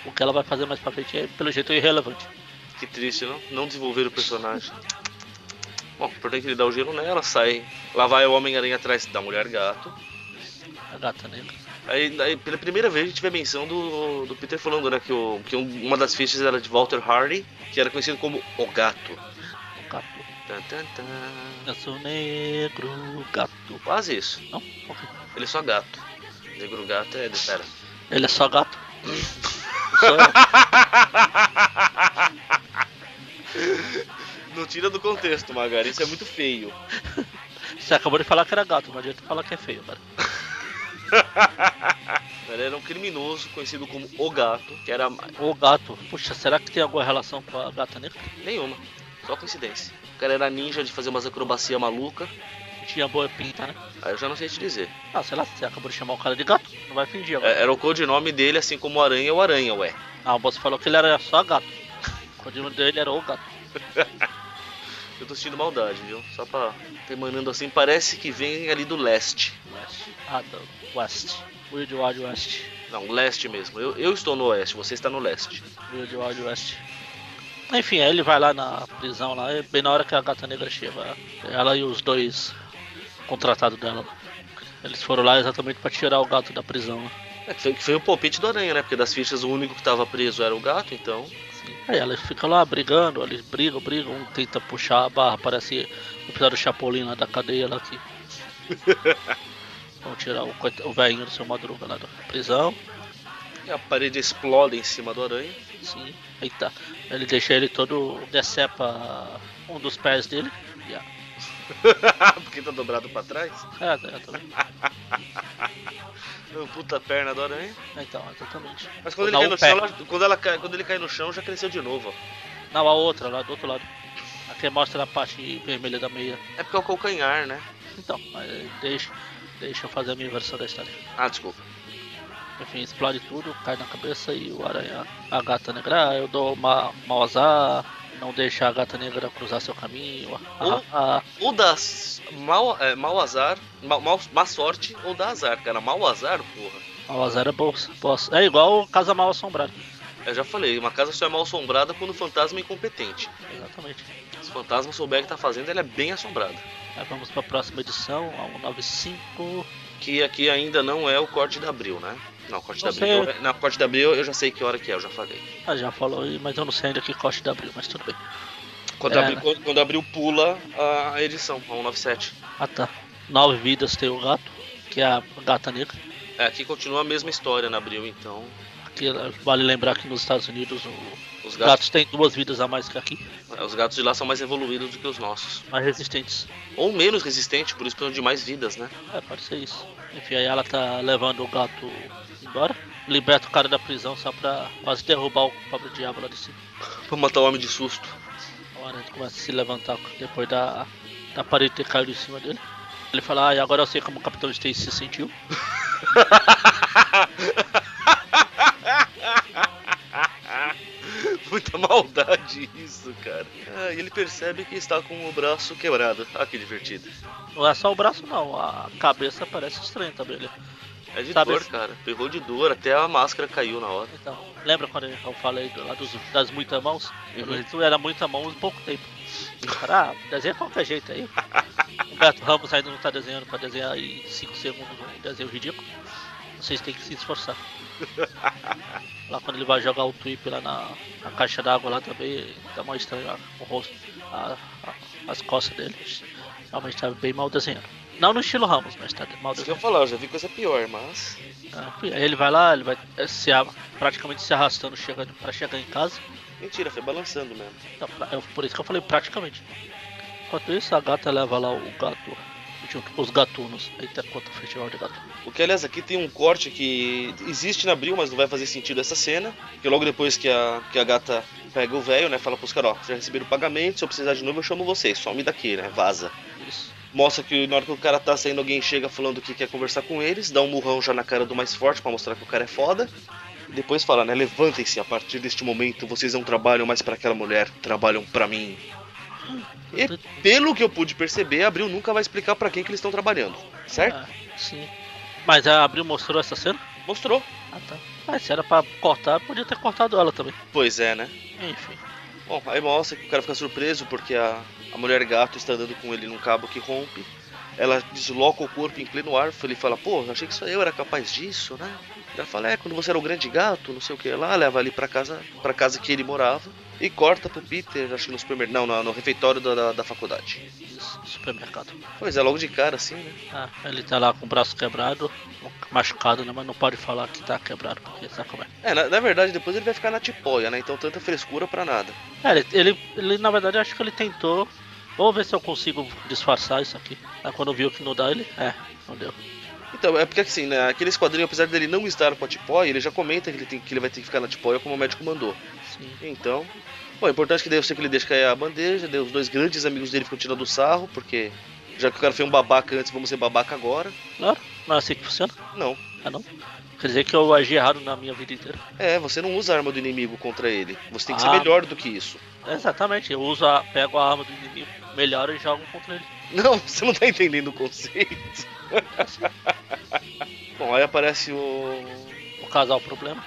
O que ela vai fazer mais pra frente é, pelo jeito, irrelevante.
Que triste, não? Não desenvolver o personagem. Bom, o importante é ele dá o gelo nela, sai. Lá vai o Homem-Aranha atrás da Mulher Gato.
A gata negra.
Aí, aí, pela primeira vez, a gente vê a menção do, do Peter falando, né? Que, o, que um- uma das fichas era de Walter Hardy, que era conhecido como O Gato.
O gato.
Tan, tan, tan.
Ganso negro, gato.
Quase isso.
Não? Ok.
Ele é só gato. Negro gato é de pera.
Ele é só gato. Sou eu.
Não tira do contexto, Magari. Isso é muito feio.
Você acabou de falar que era gato, não adianta falar que é feio, cara.
Ele era um criminoso conhecido como O Gato, que era
O gato. Puxa, será que tem alguma relação com a gata negra?
nenhuma. Só coincidência. O cara era ninja de fazer umas acrobacia maluca.
Tinha boa pinta, né?
Aí eu já não sei te dizer.
Ah, sei lá, você acabou de chamar o cara de gato. Não vai fingir agora.
É, Era o codinome dele, assim como o Aranha é o Aranha, ué.
Ah, você falou que ele era só gato. <laughs> O codinome dele era o gato.
Eu tô sentindo maldade, viu? Só pra ter mandando assim, parece que vem ali do leste.
West. Ah, do West. Wild Wild West.
Não, leste mesmo. Eu, eu estou no oeste, você está no leste.
Wild Wild West. Enfim, aí ele vai lá na prisão lá, e bem na hora que a gata negra chega. Ela e os dois contratados dela lá. Eles foram lá exatamente pra tirar o gato da prisão lá.
É, que foi, que foi o palpite do Aranha, né? Porque das fichas o único que tava preso era o gato, então.
Aí elas ficam lá brigando, eles brigam, brigam, um tenta puxar a barra, parece o episódio do Chapolin lá da cadeia lá que. Vão tirar o, coit- o velhinho do seu madruga lá da prisão.
E a parede explode em cima do Aranha. <laughs>
Sim. Eita. Ele deixa ele todo. decepa um dos pés dele. E a-
Porque tá dobrado pra trás.
É, é, também.
Ô, Puta perna do Aranha.
Então, exatamente.
Mas quando ele,
Dá
cai
um
no
pé.
chão, ela- quando, ela cai- quando ele cai no chão, já cresceu de novo, ó.
Não, a outra lá do outro lado. A que mostra a parte vermelha da meia.
É porque é o calcanhar, né?
Então, mas deixa, deixa eu fazer a minha versão da história.
Ah, desculpa.
Enfim, explode tudo, cai na cabeça e o aranha, a gata negra, ah, eu dou uma mau azar, não deixa a gata negra cruzar seu caminho, a, a, a-
Ou dá mal, é, mau azar, mal, mal- má sorte, ou dá azar, cara. Mal azar, porra.
mau azar é bolsa, bolsa. É igual casa mal assombrada.
Eu já falei, uma casa só é mal assombrada quando o fantasma é incompetente.
Exatamente.
Se o fantasma souber o que tá fazendo, ela é bem assombrada.
Aí vamos para a próxima edição, a 195.
Que aqui ainda não é o corte de abril, né? Não, o corte de
Não
abril.
sei.
é- Não, o corte de abril eu já sei que hora que é, eu já falei.
Ah, já falou, aí, mas eu não sei ainda que corte de abril, mas tudo bem.
Quando,
É,
abril,
né?
quando, quando abril pula a edição, a 197.
Ah tá. Nove vidas tem o gato, que é a gata negra.
É, aqui continua a mesma história na abril, então.
Aqui, vale lembrar que nos Estados Unidos o-
Os
os
gatos,
gatos têm duas vidas a mais que aqui,
os gatos de lá são mais evoluídos do que os nossos.
mais resistentes.
Ou menos resistentes, por isso precisam de mais vidas, né?
É, pode ser isso. Enfim, aí ela tá levando o gato embora. Liberta o cara da prisão só pra quase derrubar o pobre diabo lá de cima.
Pra matar o homem de susto.
O aranha começa a se levantar depois da, da parede ter caído em cima dele. Ele fala, ah, e agora eu sei como o Capitão Stacy se sentiu.
<laughs> Muita maldade isso, cara. Ah, e ele percebe que está com o braço quebrado. Ah, que divertido.
Não é só o braço não, a cabeça parece estranha também. Né?
É de
Sabe
dor,
esse-
cara. Pegou de dor, até a máscara caiu na hora.
Então, lembra quando eu falei do- lá dos, das muitas mãos?
Uhum.
Isso era muita mão em pouco tempo. Cara, ah, desenha qualquer jeito aí. O Beto Ramos ainda não tá desenhando pra desenhar em 5 segundos um desenho ridículo. Vocês têm que se esforçar. Lá quando ele vai jogar o tweep lá na, na caixa d'água lá também, tá mal estranho lá, o rosto, a- a- as costas dele. Realmente tá bem mal desenhado. Não no estilo Ramos, mas tá mal
Isso que eu
desenhado.
ia falar, eu já vi coisa pior, mas.
Ah, Aí ele vai lá, ele vai eh, se, a- praticamente se arrastando chega, pra chegar em casa.
Mentira, foi balançando mesmo.
Tá, pra- é por isso que eu falei praticamente. Enquanto isso, a gata leva lá o gato, junto com os gatunos. Eita, quanto festival de gato.
O que, aliás, aqui tem um corte que existe na abril, mas não vai fazer sentido essa cena. Que logo depois que a, que a gata pega o velho, né? Fala pros caras, ó, já receberam o pagamento, se eu precisar de novo eu chamo vocês, some daqui, né? Vaza.
Isso.
Mostra que na hora que o cara tá saindo, alguém chega falando que quer conversar com eles, dá um murrão já na cara do mais forte pra mostrar que o cara é foda. E depois fala, né? Levantem-se, a partir deste momento vocês não trabalham mais pra aquela mulher, trabalham pra mim.
É,
E pelo que eu pude perceber, a Abril nunca vai explicar pra quem que eles estão trabalhando, certo?
Ah, sim. Mas a Abril mostrou essa cena?
Mostrou.
Ah, tá. Ah, se era pra cortar, podia ter cortado ela também.
Pois é, né?
Enfim.
Bom, aí mostra que o cara fica surpreso porque a, A mulher gato está andando com ele num cabo que rompe. Ela desloca o corpo em pleno ar. Ele fala, pô, achei que só eu era capaz disso, né? Ela fala, é, quando você era o grande gato, não sei o que lá, leva ali pra casa, pra casa que ele morava. E corta pro Peter, acho que no supermercado. Não, no, no refeitório da, da, da faculdade.
Isso, Supermercado.
Pois é, logo de cara assim, né?
Ah, ele tá lá com o braço quebrado, machucado, né? Mas não pode falar que tá quebrado, porque sabe como é.
É, na, na verdade, depois ele vai ficar na tipóia, né? Então tanta frescura pra nada.
É, ele, ele, ele, na verdade acho que ele tentou. Vou ver se eu consigo disfarçar isso aqui. Aí quando viu que não dá, ele. É, não deu.
Então, é porque assim, né, aquele esquadrinho, apesar dele não estar com a tipóia, ele já comenta que ele, tem, que ele vai ter que ficar na tipóia como o médico mandou.
Sim.
Então. Bom, é importante que daí eu sei que ele deixa cair a bandeja, daí os dois grandes amigos dele ficam tirando sarro, porque já que o cara foi um babaca antes, vamos ser babaca agora.
Claro, não é assim que funciona.
Não.
Ah não. Quer dizer que eu agi errado na minha vida inteira.
É, você não usa a arma do inimigo contra ele. Você tem que
Ah.
ser melhor do que isso.
É, Exatamente, eu uso a, pego a arma do inimigo, melhoro e jogo contra ele.
Não, <laughs> você não tá entendendo o conceito. <laughs> Bom, aí aparece o.
Vou casar o problema.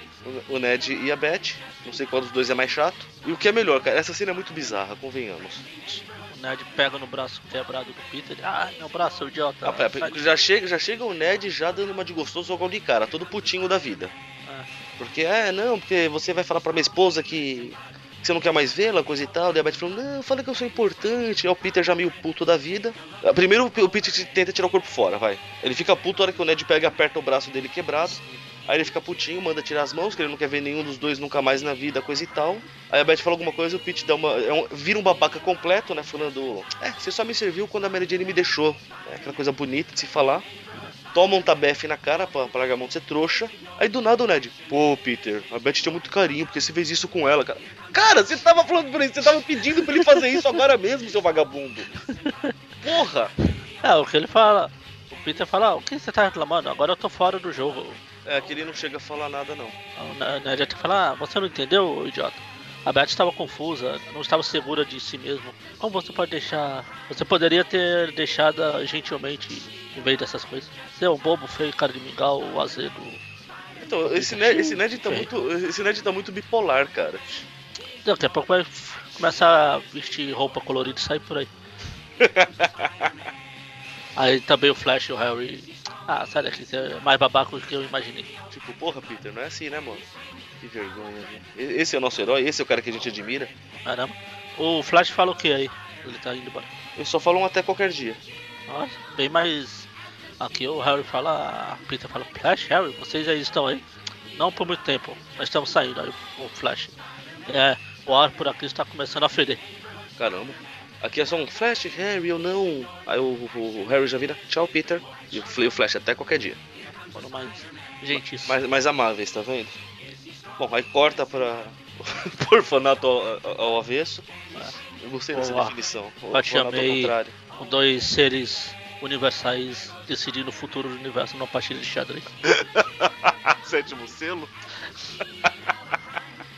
O Ned e a Beth. Não sei qual dos dois é mais chato. E o que é melhor, cara? Essa cena é muito bizarra, convenhamos.
O Ned pega no braço quebrado do Peter. Ah, meu braço, seu idiota.
Ah, pera, pera, já, chega, já chega o Ned já dando uma de gostoso logo de cara, todo putinho da vida.
Ah.
Porque, é, não, porque você vai falar pra minha esposa que, que você não quer mais vê-la, coisa e tal. Daí a Beth falou, não, fala que eu sou importante. Aí o Peter já meio puto da vida. Ah, Primeiro o P- o Peter se- tenta tirar o corpo fora, vai. Ele fica puto a hora que o Ned pega e aperta o braço dele quebrado. Aí ele fica putinho, manda tirar as mãos, que ele não quer ver nenhum dos dois nunca mais na vida, coisa e tal. Aí a Beth fala alguma coisa, o Pete dá uma. é um- vira um babaca completo, né? Falando. É, você só me serviu quando a Mary Jane me deixou. É aquela coisa bonita de se falar. Toma um tabefe na cara pra, pra largar a mão de ser trouxa. Aí do nada o Ned. Pô, Peter, a Beth tinha muito carinho, porque você fez isso com ela, cara. Cara, você tava falando pra ele, você tava pedindo pra ele fazer isso agora mesmo, seu vagabundo. Porra!
É, o que ele fala. O Peter fala, "Ah, o que você tá reclamando? Agora eu tô fora do jogo.
É, que ele não chega a falar nada, não.
O Ne- Ned até fala, ah, você não entendeu, ô idiota? A Beth estava confusa, não estava segura de si mesmo. Como você pode deixar. Você poderia ter deixado ela gentilmente em vez dessas coisas. Você é um bobo feio, cara de mingau, azedo.
Então, esse Ned, esse Ned tá muito. Esse Ned tá muito bipolar, cara.
Daqui a pouco vai f- começar a vestir roupa colorida e sair por aí. aí também o Flash e o Harry. Ah, sai daqui, você é mais babaco do que eu imaginei.
Tipo, porra, Peter, não é assim, né, mano? Que vergonha, viu? E- Esse é o nosso herói, esse é o cara que a gente admira.
Caramba. O Flash fala o que aí? Ele tá indo embora.
Eles só falam até qualquer dia.
Nossa, bem mais. Aqui o Harry fala, a Peter fala, Flash, Harry, vocês aí estão aí? Não por muito tempo, nós estamos saindo aí, o Flash. É, o ar por aqui está começando a feder.
Caramba. Aqui é só um flash, Harry, eu não. Aí o, o- o Harry já vira, tchau, Peter. E o Fle- o flash até qualquer dia.
Foram mais gentis.
Mais, mais amáveis, tá vendo? Bom, aí corta pra. <laughs> pro orfanato ao, ao- ao avesso. Eu gostei dessa
Olá.
definição. O
Eu te
orfanato ao
amei.
contrário.
Com dois seres universais decidindo o futuro do universo numa partida de xadrez.
Sétimo selo.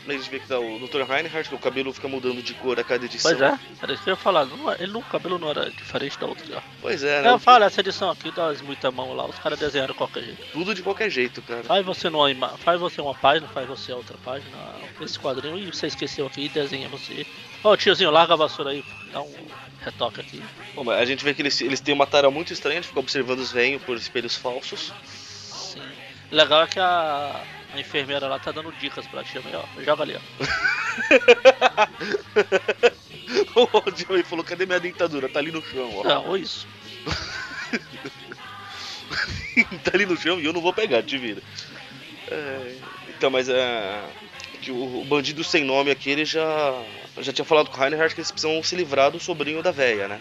Aí a gente vê que tá o Dr. Reinhardt, que o cabelo fica mudando de cor a cada edição.
Pois é, era isso que eu ia falar. não é- ele não, o cabelo não era diferente da outra. Já.
Pois é, né?
Eu falo, essa edição aqui das muita mão lá, os caras desenharam qualquer jeito.
Tudo de qualquer jeito, cara.
Faz você, numa ima- faz você uma página, faz você outra página, esse quadrinho, e você esqueceu aqui, desenha você. Ó, tiozinho, larga a vassoura aí, dá um retoque aqui.
Bom, mas a gente vê que eles, eles têm uma tara muito estranha de ficar observando os venhos por espelhos falsos.
Sim. Legal é que a, a enfermeira lá tá dando dicas pra tia, aí, ó, joga ali, ó.
<laughs> o Joey falou, cadê minha dentadura? Tá ali no chão, ó. <laughs>
Não, ou isso.
tá ali no chão e eu não vou pegar, te vira. É, então, mas é, que o, o bandido sem nome aqui, ele já, já tinha falado com o Reinhardt que eles precisam se livrar do sobrinho da véia, né?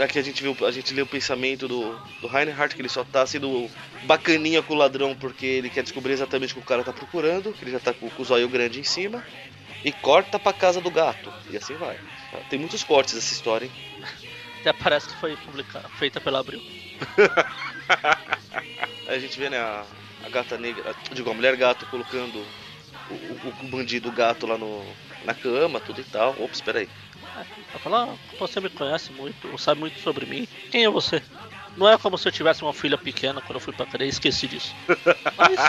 Aqui a gente, viu, a gente lê o pensamento do, do Reinhardt, que ele só tá sendo bacaninha com o ladrão porque ele quer descobrir exatamente o que o cara tá procurando, que ele já tá com, com o zóio grande em cima, e corta pra casa do gato, e assim vai. Tem muitos cortes essa história, hein?
Até parece que foi publicada, feita pela Abril.
Aí a gente vê, né, a, a gata negra, a- digo, a mulher gato colocando o, o- o bandido gato lá no, na cama, tudo e tal. Ops, peraí.
É, Ela fala, ah, você me conhece muito, sabe muito sobre mim. Quem é você? Não é como se eu tivesse uma filha
<laughs>
pequena quando eu fui pra cadeia, esqueci disso. Mas,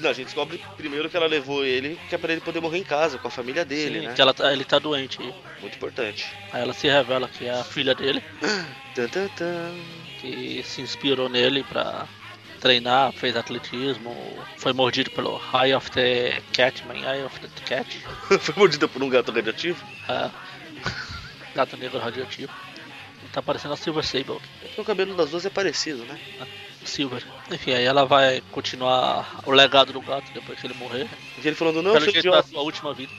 Não, a gente descobre primeiro que ela levou ele, que é pra ele poder morrer em casa, com a família dele,
Sim,
né?
que ela tá- ele tá doente.
Muito importante.
Aí ela se revela que é a filha dele,
Tan, tan, tan. <laughs>
que se inspirou nele pra treinar, fez atletismo, foi mordido pelo Eye of the Catman, Eye of the Cat,
Foi mordida por um gato radioativo?
ah, É. <laughs> gato negro radioativo. Tá parecendo a Silver Sable,
É porque o cabelo das duas é parecido, né?
Silver. Enfim, aí ela vai continuar o legado do gato depois que ele morrer.
E ele falando, não,
Pelo
seu
jeito tá assim." da sua
idiota,
última vida.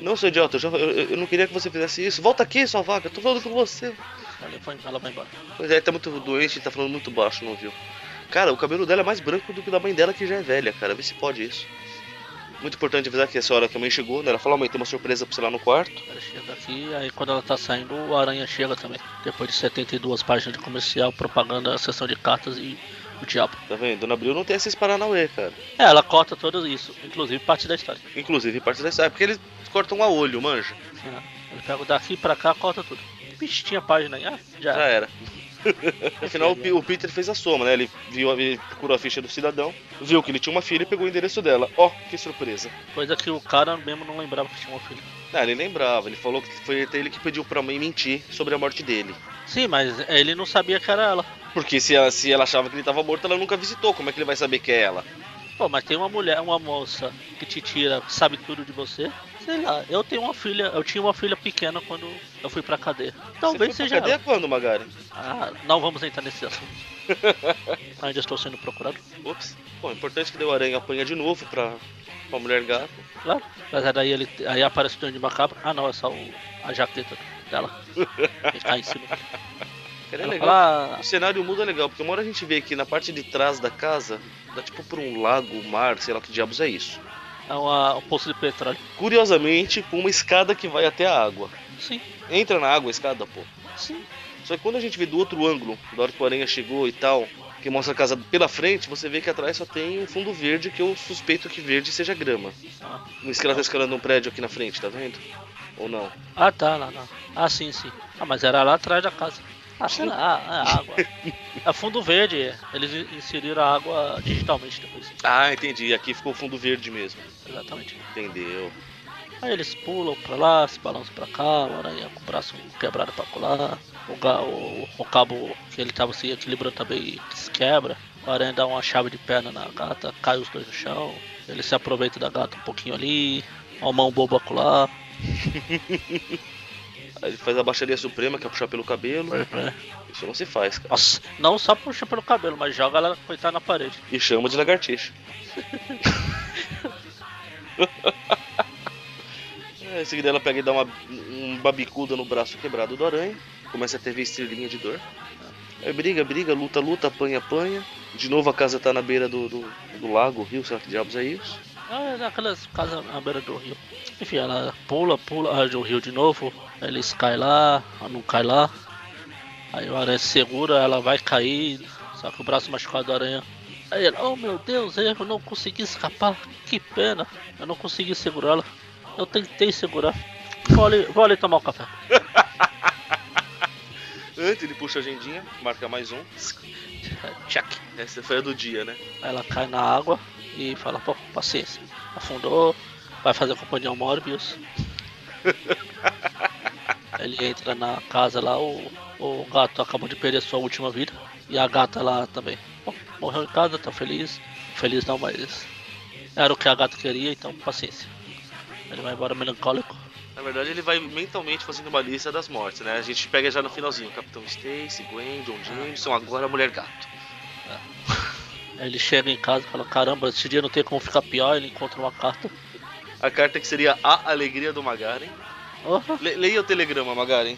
não, seu idiota, eu, já- eu- eu- eu não queria que você fizesse isso. Volta aqui, sua vaca, eu tô falando com você.
Ela vai, ela vai embora.
Pois é, tá muito doente, tá falando muito baixo, não viu? Cara, o cabelo dela é mais branco do que o da mãe dela, que já é velha, cara. Vê se pode isso. Muito importante avisar que essa hora que a mãe chegou, né? Ela falou, mãe, tem uma surpresa pra você lá no quarto.
Ela chega aqui, aí quando ela tá saindo, o Aranha chega também. Depois de 72 páginas de comercial, propaganda, sessão de cartas e o diabo.
Tá vendo? Dona Abril não tem esses paranauê, cara.
É, ela corta tudo isso, inclusive parte da história.
Inclusive, parte da história. É porque eles cortam a olho, manja.
É, Ele pega daqui pra cá, corta tudo. Vixe, tinha página aí. Ah, já.
Já era. Afinal, É, o, Pe- o Peter fez a soma, né? Ele, viu, a- ele procurou a ficha do cidadão, viu que ele tinha uma filha e pegou o endereço dela. Ó, que surpresa.
Coisa que o cara mesmo não lembrava que tinha um filho.
Ah, ele lembrava, ele falou que foi até ele que pediu pra mãe mentir sobre a morte dele.
Sim, mas ele não sabia que era ela.
Porque se ela, se ela achava que ele tava morto, ela nunca visitou. Como é que ele vai saber que é ela?
Pô, mas tem uma mulher, uma moça que te tira, que sabe tudo de você. Sei lá, eu tenho uma filha, eu tinha uma filha pequena quando eu fui pra cadeia. Talvez
Você foi
seja
pra cadeia
ela.
quando, Magari?
Ah, não vamos entrar nesse
<laughs>
assunto. Ainda estou sendo procurado.
Ops. Bom, é importante que deu aranha apanha de novo pra, pra mulher gato.
Claro. Mas aí daí ele aí aparece o Duende Macabro. Ah não, é só o- a jaqueta dela. Ele cai em cima.
Cara, é
Ela
legal.
fala, "Ah."
O cenário muda legal, porque uma hora a gente vê que na parte de trás da casa, dá tipo por um lago, mar, sei lá que diabos é isso.
"Ah, é uma, um poço de petróleo.
Curiosamente, com uma escada que vai até a água.
Sim,
Entra na água a escada, pô.
sim.
Só que quando a gente vê do outro ângulo, da hora que o Aranha chegou e tal, que mostra a casa pela frente, você vê que atrás só tem um fundo verde, que eu suspeito que verde seja grama.
Ah.
Mas que ela tá escalando um prédio aqui na frente, tá vendo? Ou não?
Ah tá, lá, lá. Ah sim, sim. Ah, mas era lá atrás da casa. Ah, sei lá, é água. É fundo verde, eles inseriram a água digitalmente depois.
Ah, entendi. Aqui ficou o fundo verde mesmo.
Exatamente.
Entendeu.
Aí eles pulam pra lá, se balançam pra cá, o aranha com o braço quebrado pra colar, o, ga- o- o cabo que ele tava se equilibrando também se quebra, o aranha dá uma chave de perna na gata, cai os dois no chão, ele se aproveita da gata um pouquinho ali, uma mão boba colar,
Aí ele faz a baixaria suprema, que é puxar pelo cabelo. Isso não se faz, cara.
nossa, não só puxa pelo cabelo, mas joga ela coitada na parede.
E chama de lagartixa. É, em seguida ela pega e dá uma um babicuda no braço quebrado do aranha. Começa a ter ver estrelinha de dor. Aí briga, briga, luta, luta, apanha, apanha. De novo a casa tá na beira do, do, do lago, rio, sei lá que diabos é isso.
Ah, é aquelas casas na beira do rio. Enfim, ela pula, pula ah, do rio de novo. aí Eles caem lá, ela não cai lá. Aí o aranha se segura, ela vai cair, só que o braço machucado da aranha. Aí ela, oh meu Deus, eu não consegui escapar, que pena, eu não consegui segurá-la. Eu tentei segurar. Vou ali, vou ali tomar um café.
Antes ele puxa a agendinha, marca mais um.
Check.
Essa foi a do dia, né?
Aí ela cai na água e fala, pô, paciência. Afundou, vai fazer companhia ao Morbius. Ele entra na casa lá, o, o gato acabou de perder sua última vida. E a gata lá também. Bom, morreu em casa, tá feliz. Feliz não, mas era o que a gata queria, então paciência. Ele vai embora melancólico.
Na verdade ele vai mentalmente fazendo uma lista das mortes, né? A gente pega já no finalzinho. Capitão Stacy, Gwen, John Jameson, agora a Mulher Gato.
Aí ele chega em casa e fala, caramba, esse dia não tem como ficar pior, ele encontra uma carta.
A carta que seria A Alegria do Magaren.
Oh,
Le- leia o telegrama, Magaren.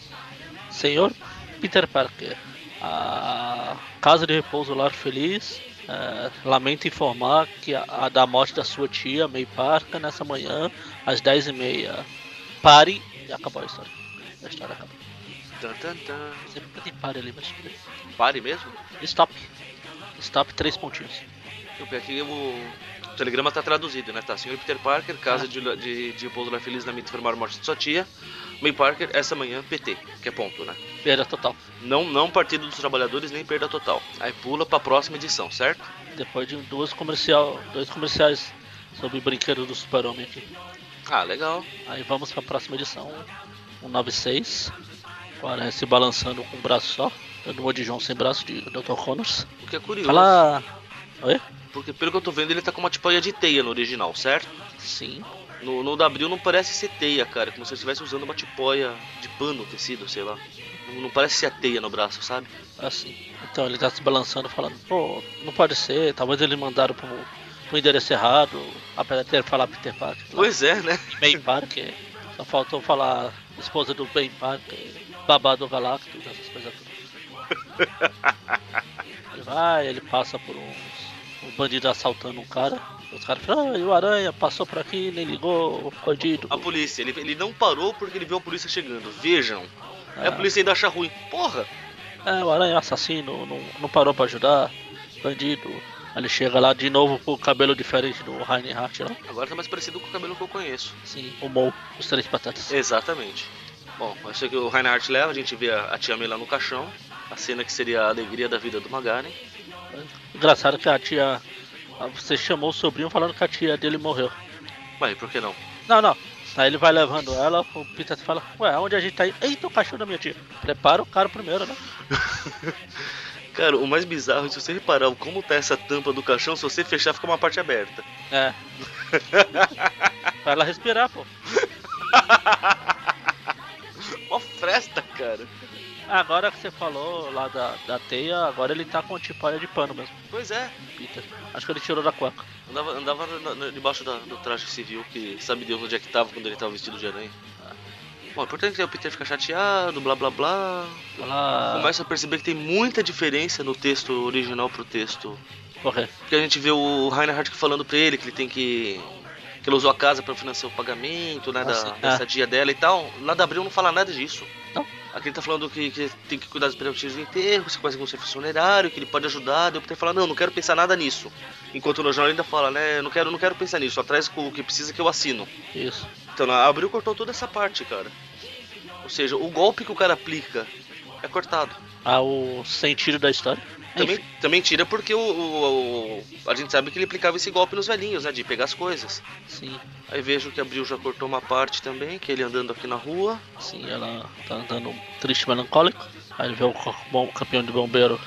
Senhor Peter Parker, a casa de repouso Lar Feliz eh, lamenta informar que a, a da morte da sua tia, May Parker, nessa manhã, às 10h30. Pare e acabou a história. A história acabou.
Tan, tan, tan.
Sempre que tem pare ali, mas tudo bem.
Pare mesmo?
Stop. Stop, três pontinhos.
Eu pe- aqui o... o telegrama tá traduzido, né? Tá, senhor Peter Parker, casa de, de, de repouso lá feliz na mente informar a morte de sua tia. May Parker, essa manhã, PT, que é ponto, né?
Perda total.
Não, não partido dos trabalhadores, nem perda total. Aí pula pra próxima edição, certo?
Depois de duas comercial, um, dois comerciais sobre o brinquedo do Super-Homem aqui.
Ah, legal.
Aí vamos pra próxima edição, 196. Parece balançando com um braço só, dando uma de João sem braço de Dr. Connors.
O que é curioso.
Fala. Oi?
Porque pelo que eu tô vendo, ele tá com uma tipóia de teia no original, certo?
Sim.
No, no da Abril não parece ser teia, cara. Como se eu estivesse usando uma tipóia de pano, tecido, sei lá. Não, não parece ser a teia no braço, sabe?
Assim. Então ele tá se balançando, falando, pô, não pode ser, talvez eles mandaram pro, pro endereço errado, apesar de ter falar Peter Parker. lá,
Pois é, né?
May Parker, só faltou falar esposa do Ben Parker, babado Galactus, essas coisas tudo. ele vai, ele passa por uns um bandido assaltando um cara. Os caras falam, ah, e o Aranha passou por aqui, nem ligou, bandido.
A polícia, ele, ele não parou porque ele viu a polícia chegando. Vejam. Aí
Ah.
a polícia ainda acha ruim. Porra!
É, o aranha é um assassino, não, não parou pra ajudar, bandido. Aí ele chega lá de novo com o cabelo diferente do Reinhardt lá.
Agora tá mais parecido com o cabelo que eu conheço.
Sim, o Mou, os três patatas.
Exatamente. Bom, eu sei que o Reinhardt leva, a gente vê a, a Tia May lá no caixão. A cena que seria a alegria da vida do Magaren.
Engraçado que a tia. a- Você chamou o sobrinho falando que a tia dele morreu.
Mas por que não?
Não, não. Aí ele vai levando ela, o Peter fala, ué, onde a gente tá indo? Eita, o caixão da minha tia. Prepara o cara primeiro, né?
Cara, o mais bizarro é se você reparar como tá essa tampa do caixão, se você fechar fica uma parte aberta.
É. pra ela respirar, pô.
Uma fresta, cara.
Agora que você falou lá da, da teia, agora ele tá com tipóia de pano mesmo,
Pois é.
Peter. Acho que ele tirou da cueca.
Andava, andava na- na- debaixo da- do traje civil, que sabe Deus onde é que tava quando ele tava vestido de aranha. Bom, é importante que o Peter fica chateado, blá blá blá.
Ela...
Começa a perceber que tem muita diferença no texto original pro texto.
Correr.
Porque a gente vê o Reinhardt falando pra ele que ele tem que. que ele usou a casa pra financiar o pagamento, né?
Ah,
Da,
sim.
da
Ah.
estadia dela e tal. Lá da Abril não fala nada disso.
Não.
Aqui ele tá falando que, que tem que cuidar dos preparativos do enterro, se quase com o serviço funerário, que ele pode ajudar. Daí o Peter fala, não, não quero pensar nada nisso. Enquanto no jornal ele ainda fala, né, não quero, não quero pensar nisso, só traz o que precisa que eu assino.
Isso.
Então, a Abril cortou toda essa parte, cara. Ou seja, o golpe que o cara aplica é cortado.
Ah, o sentido da história.
Também,
Enfim,
também tira porque o, o- o- a gente sabe que ele aplicava esse golpe nos velhinhos, né? De pegar as coisas.
sim,
Aí vejo que a Abril já cortou uma parte também, que ele andando aqui na rua.
sim, ela tá andando triste, melancólico. Aí vê o co- bom, campeão de bombeiro.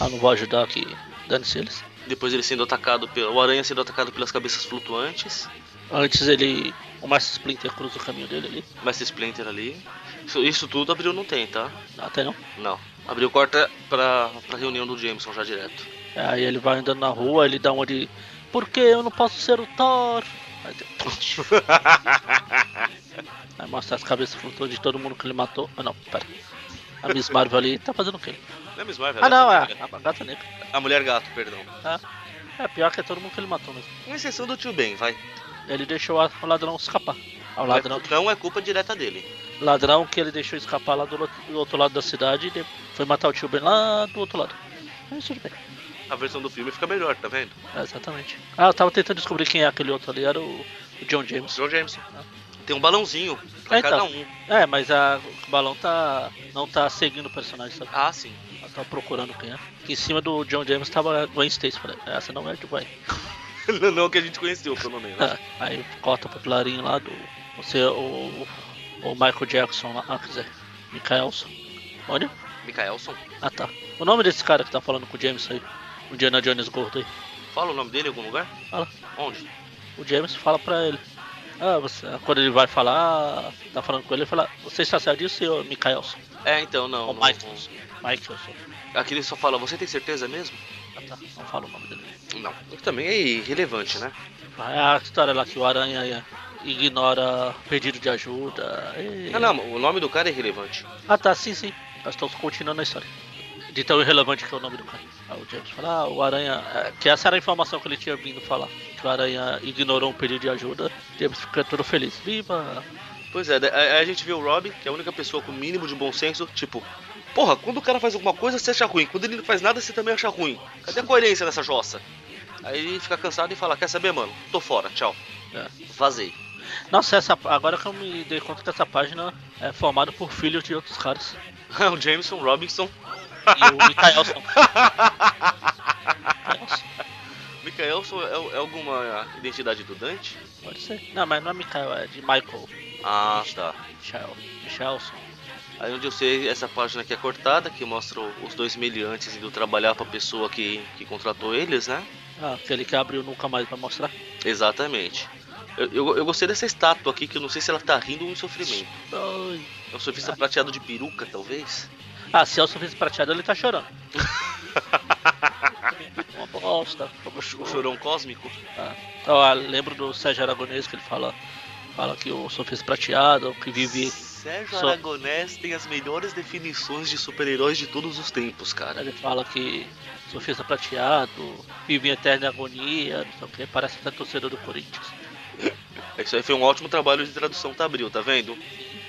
Ah, não vou ajudar aqui. Dane-se eles.
Depois ele sendo atacado pelo. O aranha sendo atacado pelas cabeças flutuantes.
Antes ele. O Master Splinter cruza o caminho dele ali.
Mestre Splinter ali. Isso, isso tudo a Abril não tem, tá?
Não, Até não.
Não. A Abril corta pra, pra reunião do Jameson já direto.
Aí ele vai andando na rua, ele dá uma de. Por que eu não posso ser o Thor? Aí, tem- <laughs> Aí mostra as cabeças flutuantes de todo mundo que ele matou. Ah não, pera. A Miss Marvel ali tá fazendo o quê?
Não é Miss
<laughs>
Marvel?
Ah não, é
essa
a gata negra.
mulher- A mulher gato, perdão.
É pior que é todo mundo que ele matou mesmo.
Com exceção do tio Ben, vai.
Ele deixou a- o ladrão escapar. O ladrão,
Não é culpa direta dele.
ladrão que ele deixou escapar lá do, lo- do outro lado da cidade e de- foi matar o tio Ben lá do outro lado. Mas tudo bem.
A versão do filme fica melhor, tá vendo?
É, exatamente. Ah, eu tava tentando descobrir quem é aquele outro ali, era o, o John James.
John Jameson. Tem um balãozinho pra
É, então.
cada um.
É, mas a, o balão tá. não tá seguindo o personagem, sabe?
Ah, sim. <laughs>
Ela tava procurando quem é. Que em cima do John James tava a Gwen Stacy. Falei, essa não é de Gwen.
não, não que a gente conheceu, pelo menos. né?
Ah, Aí corta pro clarinho lá do. Você, o, o Michael Jackson lá. Ah, quer dizer, Michaelson. Olha.
Mikaelson.
Ah tá. O nome desse cara que tá falando com o James aí. O Diana Jones gordo aí.
Fala o nome dele em algum lugar?
Fala.
Onde?
O James fala pra ele. Ah, você. Quando ele vai falar, tá falando com ele, ele fala, você está certo disso, senhor Michaelson.
É, então, não.
Ou
não-
Michaelson. Michaelson.
Aqui ele só fala, você tem certeza mesmo?
Ah tá, não fala o nome dele.
Não. O que também é irrelevante, né?
É a história lá que o Aranha ignora pedido de ajuda. e-
Ah, não, o nome do cara é irrelevante.
Ah tá, sim, sim. Nós estamos continuando a história. De tão irrelevante que é o nome do cara. Aí o James fala, ah, o Aranha. é, Que essa era a informação que ele tinha vindo falar. Que o Aranha ignorou um pedido de ajuda. James fica todo feliz. Viva!
Pois é, da- aí a gente vê o Rob, que é a única pessoa com o mínimo de bom senso, tipo, porra, quando o cara faz alguma coisa você acha ruim, quando ele não faz nada você também acha ruim. Cadê a coerência nessa jossa? Aí ele fica cansado e fala, quer saber, mano? Tô fora, tchau.
É.
Vazei. <laughs>
Nossa, essa, agora que eu me dei conta que essa página é formada por filhos de outros caras.
o Jameson Robinson <laughs>
E o Mikaelson. Mikaelson.
Mikaelson é, é alguma identidade do Dante?
Pode ser. Não, mas não é Mikael, é de Michael.
Ah, tá.
Michael. Michelson.
Aí onde eu sei, essa página aqui é cortada, que mostra o- os dois meliantes indo trabalhar pra pessoa que, que contratou eles, né?
Ah, aquele que abriu nunca mais vai mostrar.
Exatamente. Eu, eu, eu gostei dessa estátua aqui, que eu não sei se ela tá rindo ou em sofrimento.
Ai.
É um surfista prateado de peruca, talvez?
Ah, se é o suficiente prateado, ele tá chorando. Uma bosta. Como
O
chorou.
Um chorão cósmico?
Ah, então, ah, lembro do Sérgio Aragonês que ele fala, fala que o surfista prateado, que vive.
Sérgio
Só-
Aragonés tem as melhores definições de super-heróis de todos os tempos, cara.
Ele fala que surfista prateado, vive em eterna agonia, não sei o que, parece até torcedor do Corinthians.
Isso aí foi um ótimo trabalho de tradução, tá, Abril, tá vendo?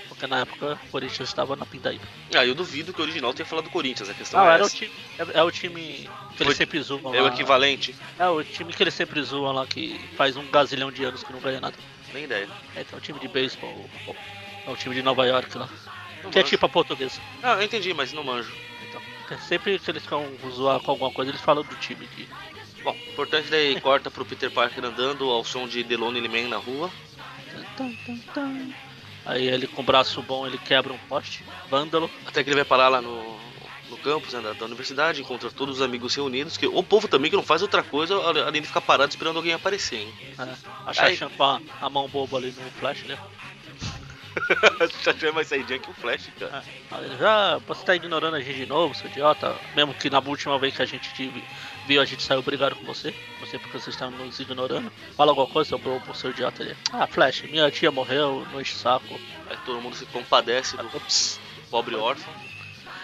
Porque na época o Corinthians estava na pindaíba.
Ah, eu duvido que o original tenha falado Corinthians, a questão
Não,
é
era o
essa.
time. É, é o time que
Foi-
eles sempre zoam
É o
lá.
equivalente?
É o time que eles sempre zoam lá, que faz um gazilhão de anos que não ganha nada.
Nem ideia.
É, tem um time de beisebol. ou- É o time de Nova York lá.
Não
Que é
manjo.
tipo a portuguesa.
Ah, eu entendi, mas não manjo.
Então, porque sempre que eles vão zoar com alguma coisa, eles falam do time de.
Bom, importante <laughs> daí corta pro Peter Parker andando ao som de The Lonely Man na rua.
Tum, tum, tum. Aí ele com o braço bom ele quebra um poste, vândalo.
Até que ele vai parar lá no, no campus né, da, da universidade, encontra todos os amigos reunidos, que o povo também que não faz outra coisa ale- além de ficar parado esperando alguém aparecer, hein? <laughs>
Né? Achar
Aí-
champa a mão boba ali no flash, né?
Já tinha mais saidinha que o Flash, cara.
Aí ele, ah, você tá ignorando a gente de novo, seu idiota. Mesmo que na última vez que a gente te vi- viu, a gente saiu brigado com você. Não sei porque vocês estão nos ignorando. Fala alguma coisa, seu bobo, seu idiota ali. Ah, Flash, minha tia morreu, não enche o saco.
Aí todo mundo se compadece do
Ups.
pobre órfão.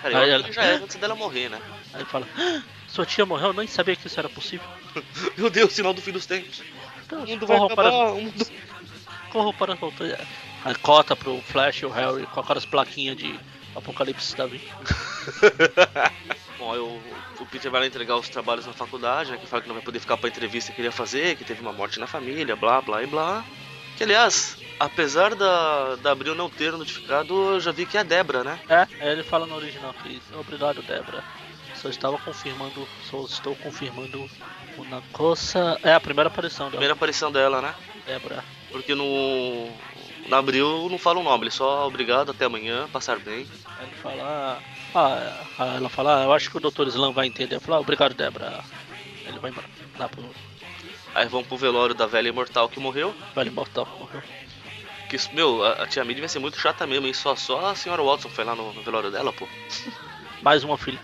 Cara,
Aí
eu
ela-
ela... já era antes dela morrer, né?
Aí ele fala, ah, sua tia morreu, eu nem sabia que isso era possível.
<laughs> Meu Deus, sinal do fim dos tempos.
Então,
O mundo vai
corram para-
acabar, um o mundo...
Corro para as montanhas. A cota pro Flash e o Harry com aquelas plaquinhas de Apocalipse da Vida.
Bom, aí o, o Peter vai lá entregar os trabalhos na faculdade, né? Que fala que não vai poder ficar pra entrevista que ele ia fazer, que teve uma morte na família, blá, blá e blá. Que, aliás, apesar da, da Abril não ter notificado, eu já vi que é a Debra, né?
É, aí ele fala no original que obrigado, Debra. Só estava confirmando, só estou confirmando uma coisa. É a primeira aparição da
Primeira aparição dela, né?
Debra.
Porque no... Na Abril não fala o nome, ele só obrigado, até amanhã, passar bem.
Aí ele fala. Ah, ah, ela fala, ah, eu acho que o Dr. Slam vai entender. Eu falo, "Ah, obrigado, Debra. Ele vai embora. Lá pro
Aí vão pro velório da velha imortal que morreu.
Velho Mortal que tá, morreu.
Que, isso- meu, a, a tia May devia ser muito chata mesmo, hein? Só, só a senhora Watson foi lá no, no velório dela, pô.
Mais uma filha.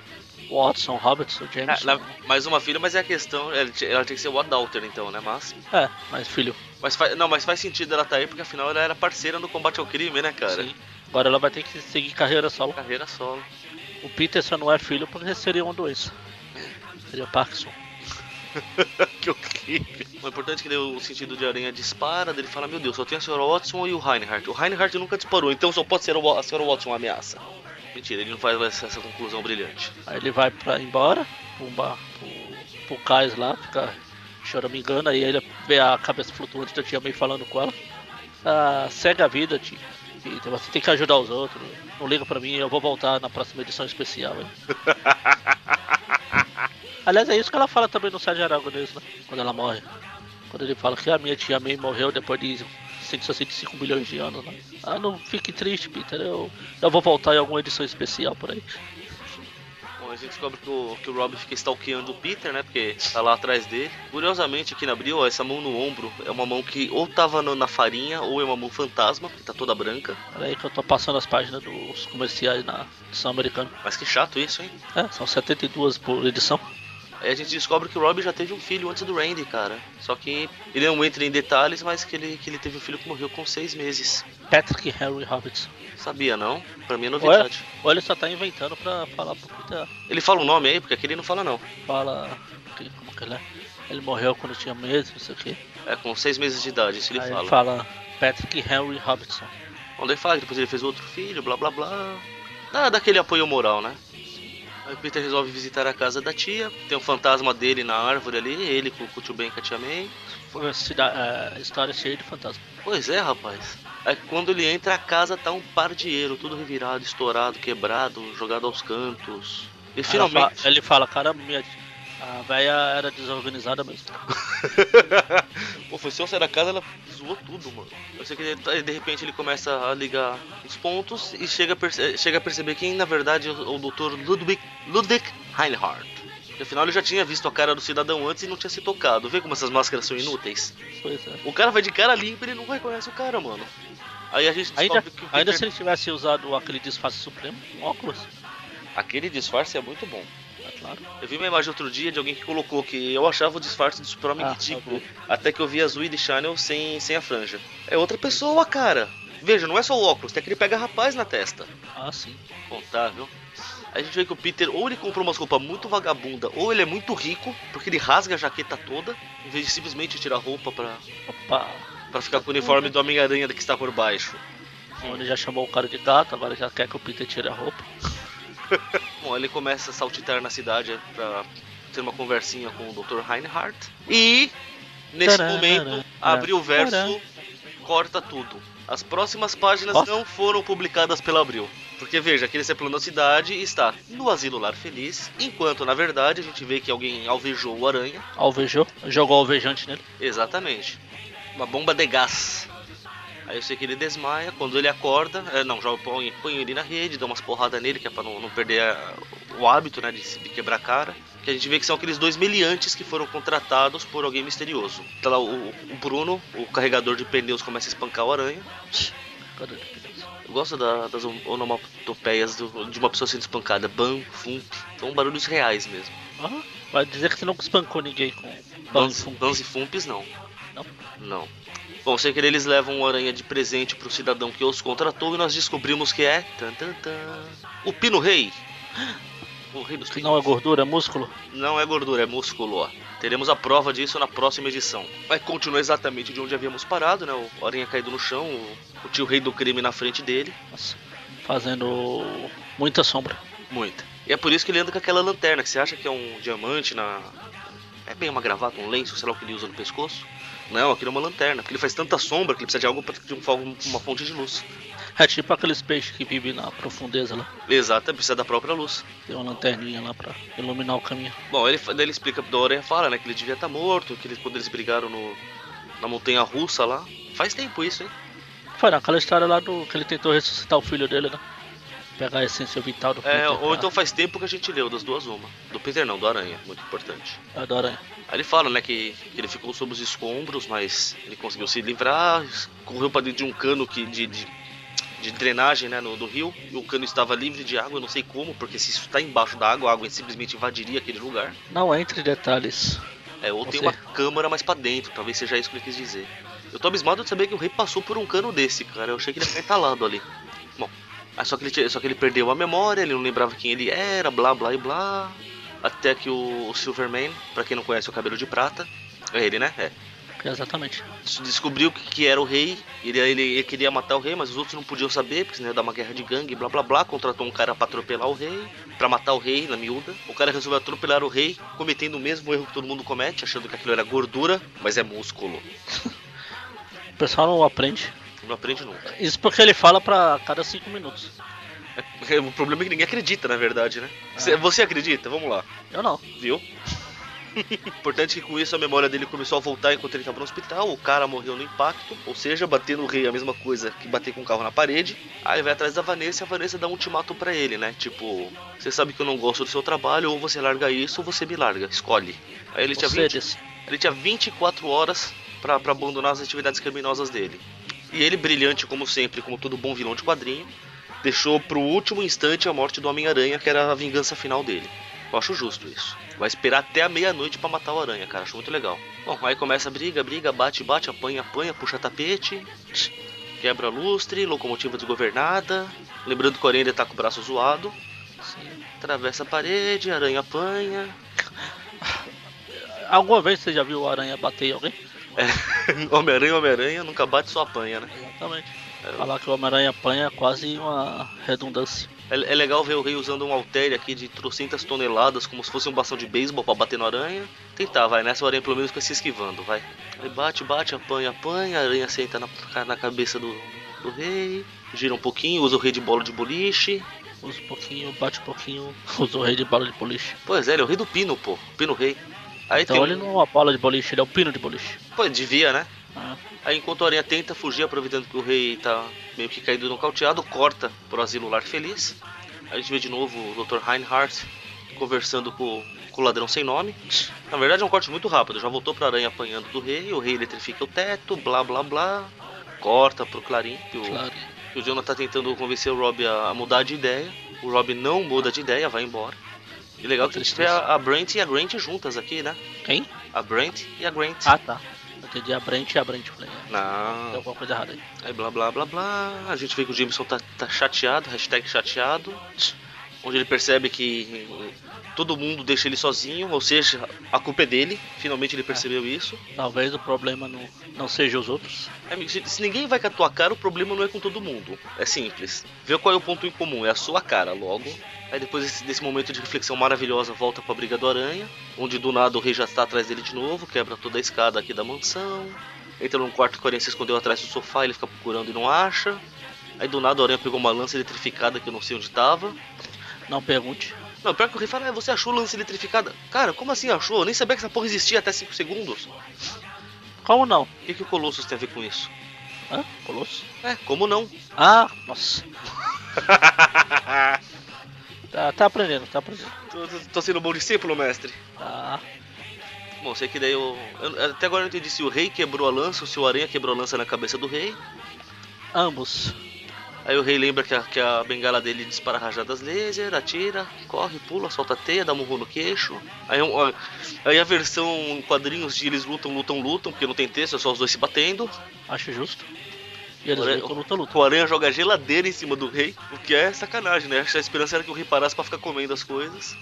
Watson, Robertson,
Ah,
James.
na- mais uma filha, mas é a questão. Ela, tinha- ela tem que ser o Adalter, então, né? Mas.
É, mas filho.
mas fa- não, mas faz sentido ela tá aí, porque afinal ela era parceira no combate ao crime, né, cara?
Sim. Agora ela vai ter que seguir carreira solo.
Carreira né? solo.
O Peter só não é filho porque seria uma doença. Seria Parkinson.
que horrível. O importante é que deu o sentido de aranha dispara, dele fala: Meu Deus, só tem a senhora Watson e o Reinhardt. O Reinhardt nunca disparou, então só pode ser o Wa- a senhora Watson uma ameaça. Mentira, ele não faz essa, essa conclusão brilhante.
Aí ele vai pra embora, pro, bar, pro, pro cais lá, fica choramingando, aí ele vê a cabeça flutuante da tia May falando com ela. Ah, segue a vida, tia. Peter, você assim, tem que ajudar os outros. Não liga pra mim, eu vou voltar na próxima edição especial. Hein? Aliás, é isso que ela fala também no Sérgio Aragonês, né? Quando ela morre. Quando ele fala que a minha tia May morreu depois de 165 milhões de anos, né? Ah, não fique triste, Peter. Eu, eu vou voltar em alguma edição especial por aí.
Bom, a gente descobre que o, que o Rob fica stalkeando o Peter, né? Porque tá lá atrás dele. Curiosamente, aqui na Abril, ó, essa mão no ombro é uma mão que ou tava no- na farinha ou é uma mão fantasma, porque tá toda branca.
Olha aí que eu tô passando as páginas dos comerciais na edição americana.
Mas que chato isso, hein?
É, são 72 por edição.
Aí a gente descobre que o Rob já teve um filho antes do Randy, cara. Só que ele não entra em detalhes, mas que ele, que ele teve um filho que morreu com seis meses.
Patrick Henry Robertson.
Sabia, não? Pra mim é novidade.
Ou ele só tá inventando pra falar pro Peter.
Ele fala o nome aí, porque aqui ele não fala, não.
Fala. que- Como que ele é? Ele morreu quando tinha meses, não sei o que.
É com seis meses de idade, isso ele
Aí
fala.
ele fala Patrick Henry Robertson.
Quando ele fala que depois ele fez outro filho, blá blá blá. Dá, dá aquele apoio moral, né? Aí o Peter resolve visitar a casa da tia. Tem um fantasma dele na árvore ali, ele com, com o tio Ben e com a tia May.
Foi uma cida- é, história cheia de fantasma.
Pois é, rapaz. Aí quando ele entra, a casa tá um pardieiro, tudo revirado, estourado, quebrado, jogado aos cantos. E
Aí ela
finalmente.
fa- Ele fala, caramba, minha. A véia era desorganizada mesmo.
Pô, foi se eu sair da casa, ela zoou tudo, mano. Eu sei que ele tá- de repente ele começa a ligar os pontos e chega a, perce- chega a perceber quem, na verdade, é o o Dr. Ludwig, Ludwig Reinhardt. Porque, Afinal, ele já tinha visto a cara do cidadão antes e não tinha se tocado. Vê como essas máscaras são inúteis.
Pois é.
O cara vai de cara limpa e ele não reconhece o cara, mano. Aí a gente descobre
Ainda,
que o
ainda
Peter-
se ele tivesse usado aquele disfarce supremo, um óculos,
Aquele disfarce é muito bom.
é claro.
Eu vi uma imagem outro dia de alguém que colocou que eu achava o disfarce do Super-Homem
Ah,
ridículo. Até que eu vi a Zuid Channel sem, sem a franja. É outra pessoa, cara. Veja, não é só o óculos, tem aquele pega rapaz na testa.
Ah, sim.
Contável. A gente vê que o Peter ou ele comprou umas roupas muito vagabunda, ou ele é muito rico, porque ele rasga a jaqueta toda, em vez de simplesmente tirar a roupa pra,
Opa.
pra ficar com o uniforme do Homem-Aranha que está por baixo.
Bom, Ele já chamou o cara de gato, agora já quer que o Peter tire a roupa.
Bom, ele começa a saltitar na cidade pra ter uma conversinha com o Dr. Reinhardt. E, nesse
Tararara,
momento,
né?
abriu o verso,
Tará.
corta tudo. As próximas páginas
Nossa.
não foram publicadas pela Abril. Porque veja, aquele seplanou a cidade e está no Asilo Lar Feliz, enquanto na verdade a gente vê que alguém alvejou o Aranha.
Alvejou, jogou alvejante nele.
Exatamente. Uma bomba de gás. Aí eu sei que ele desmaia, quando ele acorda, é, não, já põe, põe ele na rede, dá umas porradas nele, que é pra não, não perder a- o hábito, né, de se de quebrar a cara. Que a gente vê que são aqueles dois meliantes que foram contratados por alguém misterioso. Tá lá o, o Bruno, o carregador de pneus, começa a espancar o aranha.
Cadê ele? Beleza.
Eu gosto da- das on- onomatopeias do- de uma pessoa sendo espancada. Bam, fum. São barulhos reais mesmo.
Ah, vai dizer que você não espancou ninguém com
Bans,
Banfum.
bans e fumps, não.
Não?
Não. Bom, sei que eles levam o aranha de presente pro cidadão que os contratou e nós descobrimos que é. Tan, tan, tan, o Pino Rei. O rei dos
Que
pinos.
não é gordura, é músculo.
Não é gordura, é músculo, ó. Teremos a prova disso na próxima edição. Mas continua exatamente de onde havíamos parado, né? O aranha caído no chão, o, o tio rei do crime na frente dele.
Nossa, fazendo muita sombra.
Muita. E é por isso que ele anda com aquela lanterna, que você acha que é um diamante na. É bem uma gravata, um lenço, sei lá o que ele usa no pescoço. Não, aquilo é uma lanterna, porque ele faz tanta sombra que ele precisa de algo para de um fogo- uma fonte de luz.
É tipo aqueles peixes que vivem na profundeza lá.
Exato, ele precisa da própria luz.
Tem uma lanterninha lá pra iluminar o caminho.
Bom, ele, daí ele explica da hora fala, né, que ele devia estar morto, que ele- quando eles brigaram no, na montanha russa lá. Faz tempo isso, hein?
Foi naquela história lá do que ele tentou ressuscitar o filho dele, né? Pegar a essência vital do
É,
Peter
ou
pra-
então faz tempo que a gente leu das duas uma. Do Peter não, do Aranha, muito importante.
pra da aranha.
Aí ele fala, né, que, que ele ficou sob os escombros, mas ele conseguiu se livrar, correu pra dentro de um cano que, de, de, de drenagem, né, no, do rio, e o cano estava livre de água, eu não sei como, porque se isso tá embaixo da água, a água simplesmente invadiria aquele lugar.
Não entre detalhes.
É, ou
Não
tem
sei.
uma câmara mais pra dentro, talvez seja isso que ele quis dizer. Eu tô abismado de saber que o rei passou por um cano desse, cara, eu achei que ele ia ficar entalado ali. Bom, aí só que, ele, tinha- só que ele perdeu a memória, ele não lembrava quem ele era, blá blá e blá. Até que o, o Silverman, pra quem não conhece o cabelo de prata, é ele, né? É.
Exatamente.
descobriu que, que era o rei, ele, ele, ele queria matar o rei, mas os outros não podiam saber, porque senão ia dar uma guerra de gangue, blá blá blá, contratou um cara pra atropelar o rei, pra matar o rei na miúda. O cara resolveu atropelar o rei, cometendo o mesmo erro que todo mundo comete, achando que aquilo era gordura, mas é músculo.
O pessoal não aprende.
Não aprende nunca. <laughs>
Isso porque ele fala pra cada cinco minutos.
O problema é que ninguém acredita, na verdade, né? Você, você acredita? Vamos lá,
Eu não.
viu? <laughs> Importante que com isso a memória dele começou a voltar enquanto ele estava no hospital. O cara morreu no impacto, ou seja, bater no rei é a mesma coisa que bater com o carro na parede. Aí ele vai atrás da Vanessa e a Vanessa dá um ultimato pra ele, né? Tipo, você sabe que eu não gosto do seu trabalho, ou você larga isso ou você me larga, escolhe. Aí ele tinha,
Você
20,
desse.
ele tinha 24 horas pra pra abandonar as atividades criminosas dele. E ele, brilhante como sempre, como todo bom vilão de quadrinho, deixou pro último instante a morte do Homem-Aranha, que era a vingança final dele. Eu acho justo isso. Vai esperar até a meia-noite pra matar o Aranha, cara. Acho muito legal. Bom, aí começa a briga, briga, bate, bate, apanha, apanha, puxa tapete, quebra lustre, locomotiva desgovernada. Lembrando que o Aranha ainda tá com o braço zoado.
Sim.
Atravessa a parede, aranha apanha. <laughs>
Alguma vez você já viu o aranha bater em alguém?
Homem-Aranha, Homem-Aranha, nunca bate, só apanha, né?
Exatamente.
É.
Falar que o Homem-Aranha apanha é quase uma redundância.
É, é legal ver o rei usando um halter aqui de trocentas toneladas, como se fosse um bastão de beisebol pra bater no aranha. Tentar, vai, nessa aranha pelo menos fica se esquivando, vai. Aí bate, bate, apanha, apanha, a aranha senta na, na cabeça do, do rei, gira um pouquinho, usa o rei de bola de boliche,
usa um pouquinho, bate um pouquinho, <laughs> usa o rei de bola de boliche.
Pois é, ele é o rei do pino, pô. Pino rei. Aí
Então
tem
ele
um-
não é uma bola de boliche, ele é um pino de boliche.
Pô, devia, né?
Ah,
Aí enquanto a aranha tenta fugir, aproveitando que o rei tá meio que caído nocauteado, corta pro asilo lar feliz. Aí a gente vê de novo o Dr. Reinhardt conversando com, com o ladrão sem nome. Na verdade é um corte muito rápido, já voltou pra aranha apanhando do rei, o rei eletrifica o teto, blá blá blá. Corta pro Clarim, que o,
claro.
que o Jonah tá tentando convencer o Rob a, a mudar de ideia. O Rob não muda de ideia, vai embora. E legal que a gente vê a, a Brent e a Grant juntas aqui, né?
Quem?
A Brent e a Grant.
Ah, tá. Eu entendi a Brent e a Brent. Falei, ah, tem
Não.
alguma coisa errada aí.
Aí blá blá blá blá. A gente vê que o Jameson tá, tá chateado, hashtag chateado. Onde ele percebe que eh, todo mundo deixa ele sozinho, ou seja, a culpa é dele. Finalmente ele percebeu isso.
Talvez o problema não, não seja os outros.
É, Amigo, se, se ninguém vai com a tua cara, o problema não é com todo mundo. É simples. Vê qual é o ponto em comum, é a sua cara logo. Aí depois desse, desse momento de reflexão maravilhosa, volta pra briga do aranha, onde do nada o rei já tá atrás dele de novo, quebra toda a escada aqui da mansão. Entra num quarto que o aranha se escondeu atrás do sofá, ele fica procurando e não acha. Aí do nada o aranha pegou uma lança eletrificada que eu não sei onde tava.
Não pergunte.
Não, pior que o rei fala, ah, você achou lança eletrificada? Cara, como assim achou? Eu nem sabia que essa porra existia até 5 segundos.
Como não?
O que, que o Colossus tem a ver com isso?
Hã? Colosso?
É, como não?
Ah,
<laughs>
nossa. Tá, tá aprendendo, tá aprendendo.
Tô, tô- tô sendo um bom discípulo, mestre.
Tá.
Bom, sei que daí eu, eu- Até agora eu não entendi se o rei quebrou a lança ou se o aranha quebrou a lança na cabeça do rei.
Ambos.
Aí o rei lembra que a, que a bengala dele dispara rajadas laser, atira, corre, pula, solta a teia, dá um murro no queixo. Aí, um- ó, aí a versão em quadrinhos de eles lutam, lutam, lutam, porque não tem texto, é só os dois se batendo.
Acho justo. E eles
Olha,
lutam, lutam, lutam.
O aranha joga geladeira em cima do rei, o que é sacanagem, né? A esperança era que o rei parasse pra ficar comendo as coisas.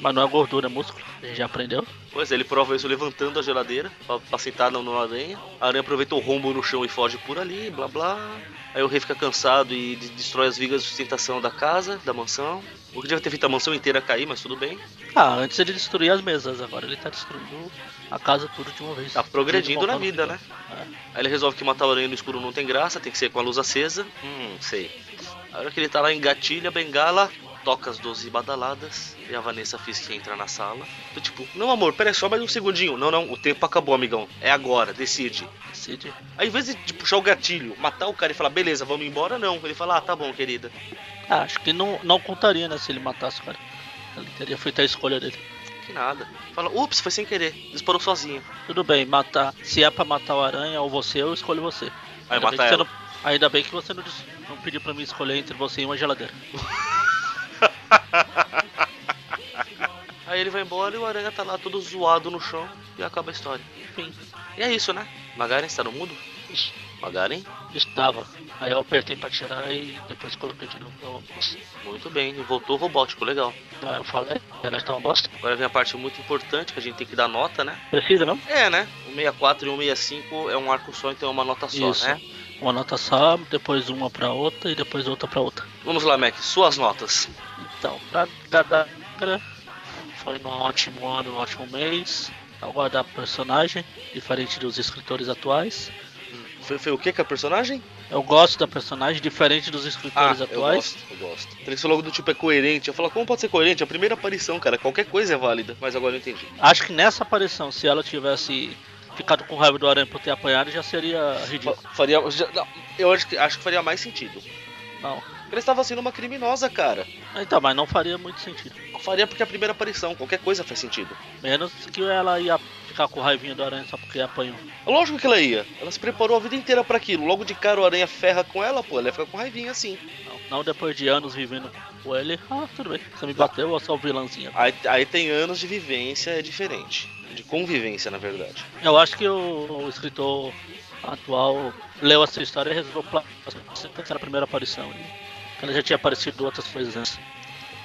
Mas não é gordura, é músculo. A gente já aprendeu.
Pois é, ele prova isso levantando a geladeira pra, pra sentar na, na aranha. A aranha aproveita o rombo no chão e foge por ali, blá blá. Aí o rei fica cansado e de- destrói as vigas de sustentação da casa, da mansão. O que devia ter feito a mansão inteira cair, mas tudo bem.
Ah, antes ele destruía as mesas, agora ele tá destruindo a casa tudo de uma vez.
Tá progredindo na
Desmontando
vida,
tudo.
né? Aí ele resolve que matar a aranha no escuro não tem graça, tem que ser com a luz acesa. Hum, sei. A hora que ele tá lá engatilha, a bengala, toca as 12 badaladas e a Vanessa Fisk entra na sala. Tô tipo, não amor, pera aí só mais um segundinho. Não, não, o tempo acabou, amigão. É agora, decide.
Decide.
Aí, ao invés de, de puxar o gatilho, matar o cara e falar, beleza, vamos embora, não. Ele fala, ah, tá bom, querida.
Ah, acho que não, não contaria, né, se ele matasse o cara. Ele teria feito a escolha dele.
Que nada. Fala, ups, foi sem querer. Disparou sozinha.
Tudo bem, matar. Se é pra matar o aranha ou você, eu escolho você.
Aí
Ainda bem
mata
que você
ela.
não- ainda bem que você não, dis- não pediu pra mim escolher entre você e uma geladeira.
Aí ele vai embora e o aranha tá lá todo zoado no chão e acaba a história.
Enfim,
E é isso, né? Magaren está no mundo? Ixi, Magaren?
estava. Aí eu apertei pra tirar e depois coloquei de novo. Eu,
Muito bem, voltou robótico, legal.
ah, eu falei, ela está uma bosta.
Agora vem a parte muito importante que a gente tem que dar nota, né?
Precisa, não?
É, né? O 64 e o 65 é um arco só, então é uma nota só,
Isso.
né?
Uma nota só, depois uma pra outra e depois outra pra outra.
Vamos lá, Mac, suas notas.
Então, pra Gadara, foi um ótimo ano, um ótimo mês. Agora a personagem, diferente dos escritores atuais.
Foi, foi o que que a personagem?
Eu gosto da personagem, diferente dos
Ah,
escritores
eu
atuais.
gosto, eu gosto. Ele falou logo do tipo é coerente. Eu falo, como pode ser coerente? É a primeira aparição, cara. Qualquer coisa é válida. Mas agora eu entendi.
Acho que nessa aparição, se ela tivesse ficado com raiva do Aranha por ter apanhado, já seria
Fa-
ridículo.
Faria. já- não, eu acho que, acho que faria mais sentido.
Não.
Ela estava sendo uma criminosa, cara.
Então, mas não faria muito sentido.
Eu faria porque é a primeira aparição. Qualquer coisa faz sentido.
Menos que ela ia ficar com raivinha do Aranha só porque apanhou.
É Lógico que ela ia. Ela se preparou a vida inteira pra aquilo. Logo de cara o aranha ferra com ela, pô. Ela ia ficar com raivinha assim.
Não, não depois de anos vivendo com ele. Ah, tudo bem. Você me bateu ou só vilãzinha?
Aí, aí tem anos de vivência, é diferente. De convivência, na verdade.
Eu acho que o, o escritor atual leu essa história e resolveu pla- pensar na primeira aparição. Ela já tinha aparecido outras coisas antes.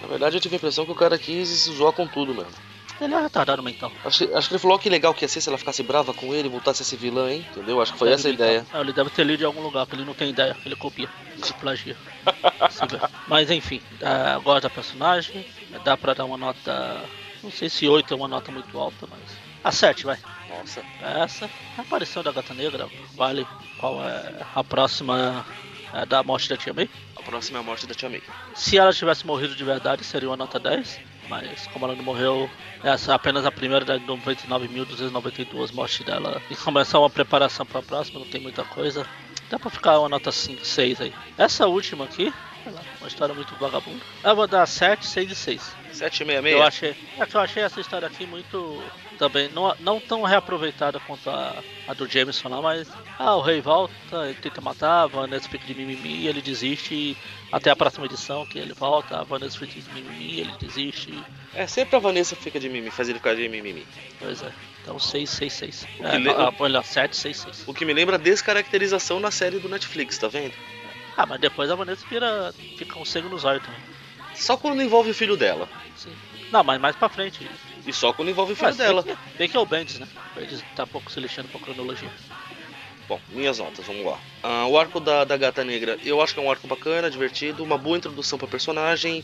Na verdade, eu tive a impressão que o cara quis se zoar com tudo mesmo.
Ele é um retardado mental.
Acho, que- acho que ele falou "Ó, que legal que ia ser se ela ficasse brava com ele e voltasse a ser vilã, hein? Entendeu? Acho que foi essa a ideia.
Ah, ele deve ter lido em algum lugar, que ele não tem ideia, ele copia, ele plagia.
<laughs>
Se vê. Mas enfim, ah, gosto da personagem, dá pra dar uma nota. Não sei se 8 é uma nota muito alta, mas. A 7, vai.
tá. Nossa.
Pra Essa. A aparição da gata negra, vale qual é a próxima a da morte da Tia May.
A próxima é a morte da Tia May.
Se ela tivesse morrido de verdade, seria uma nota 10. Mas como ela não morreu, essa é apenas a primeira das 99.292 mortes dela. E começar uma preparação para a próxima, não tem muita coisa. Dá pra ficar uma nota 5, 6 aí. Essa última aqui, sei lá, uma história muito vagabunda. Eu vou dar 7, 6 e 6.
766.
Eu achei, é que eu achei essa história aqui muito também não, não tão reaproveitada quanto a, a do Jameson lá, mas ah, o rei volta, ele tenta matar, a Vanessa fica de mimimi, ele desiste e até a próxima edição que ele volta, a Vanessa fica de mimimi, ele desiste.
É sempre a Vanessa que fica de mimimi, faz ele ficar de mimimi.
Pois é. Então 6, 6, 6.
O que
É,
le-
ah, olha, 7, 6, 6.
O que me lembra a descaracterização na série do Netflix, tá vendo?
Ah, mas depois a Vanessa vira, fica um cego nos olhos também.
Só quando envolve o filho dela.
Sim. Não, mas mais pra frente.
E só quando envolve o filho
Mas bem
dela.
que- Bem que é o Bendis, né? O Bendis tá um pouco se lixando pra cronologia.
Bom, minhas notas, vamos lá. Ah, o arco da, da Gata Negra, eu acho que é um arco bacana, divertido, uma boa introdução pra personagem.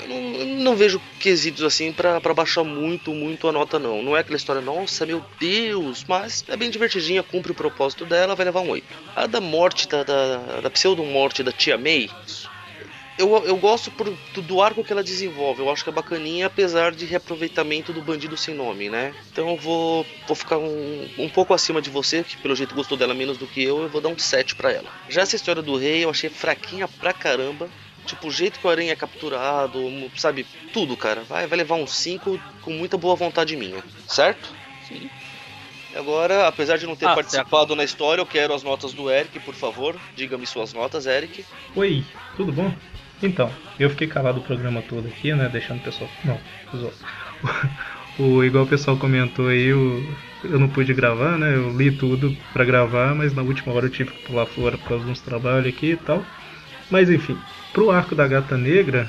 Eu não, eu não vejo quesitos assim pra pra baixar muito, muito a nota, não. Não é aquela história, nossa, meu Deus, mas é bem divertidinha, cumpre o propósito dela, vai levar um 8. A da morte, da, da, da pseudo-morte da Tia May, eu, eu gosto por- do, do arco que ela desenvolve. Eu acho que é bacaninha, apesar de reaproveitamento do bandido sem nome, né? Então eu vou, vou ficar um, um pouco acima de você, que pelo jeito gostou dela menos do que eu. Eu vou dar um 7 pra ela. Já essa história do rei eu achei fraquinha pra caramba. Tipo, o jeito que o aranha é capturado, mo- sabe? Tudo, cara. Vai, vai levar um 5 com muita boa vontade minha, certo?
Sim.
E Agora, apesar de não ter
Ah,
participado na história, eu quero as notas do Eric, por favor. Diga-me suas notas, Eric.
Oi, tudo bom? Então, eu fiquei calado o programa todo aqui, né? Deixando o pessoal. Não, zoou. <laughs> O, igual o pessoal comentou aí, eu, eu não pude gravar, né? Eu li tudo pra gravar, mas na última hora eu tive que pular fora por causa de uns trabalhos aqui e tal. Mas enfim, pro arco da Gata Negra,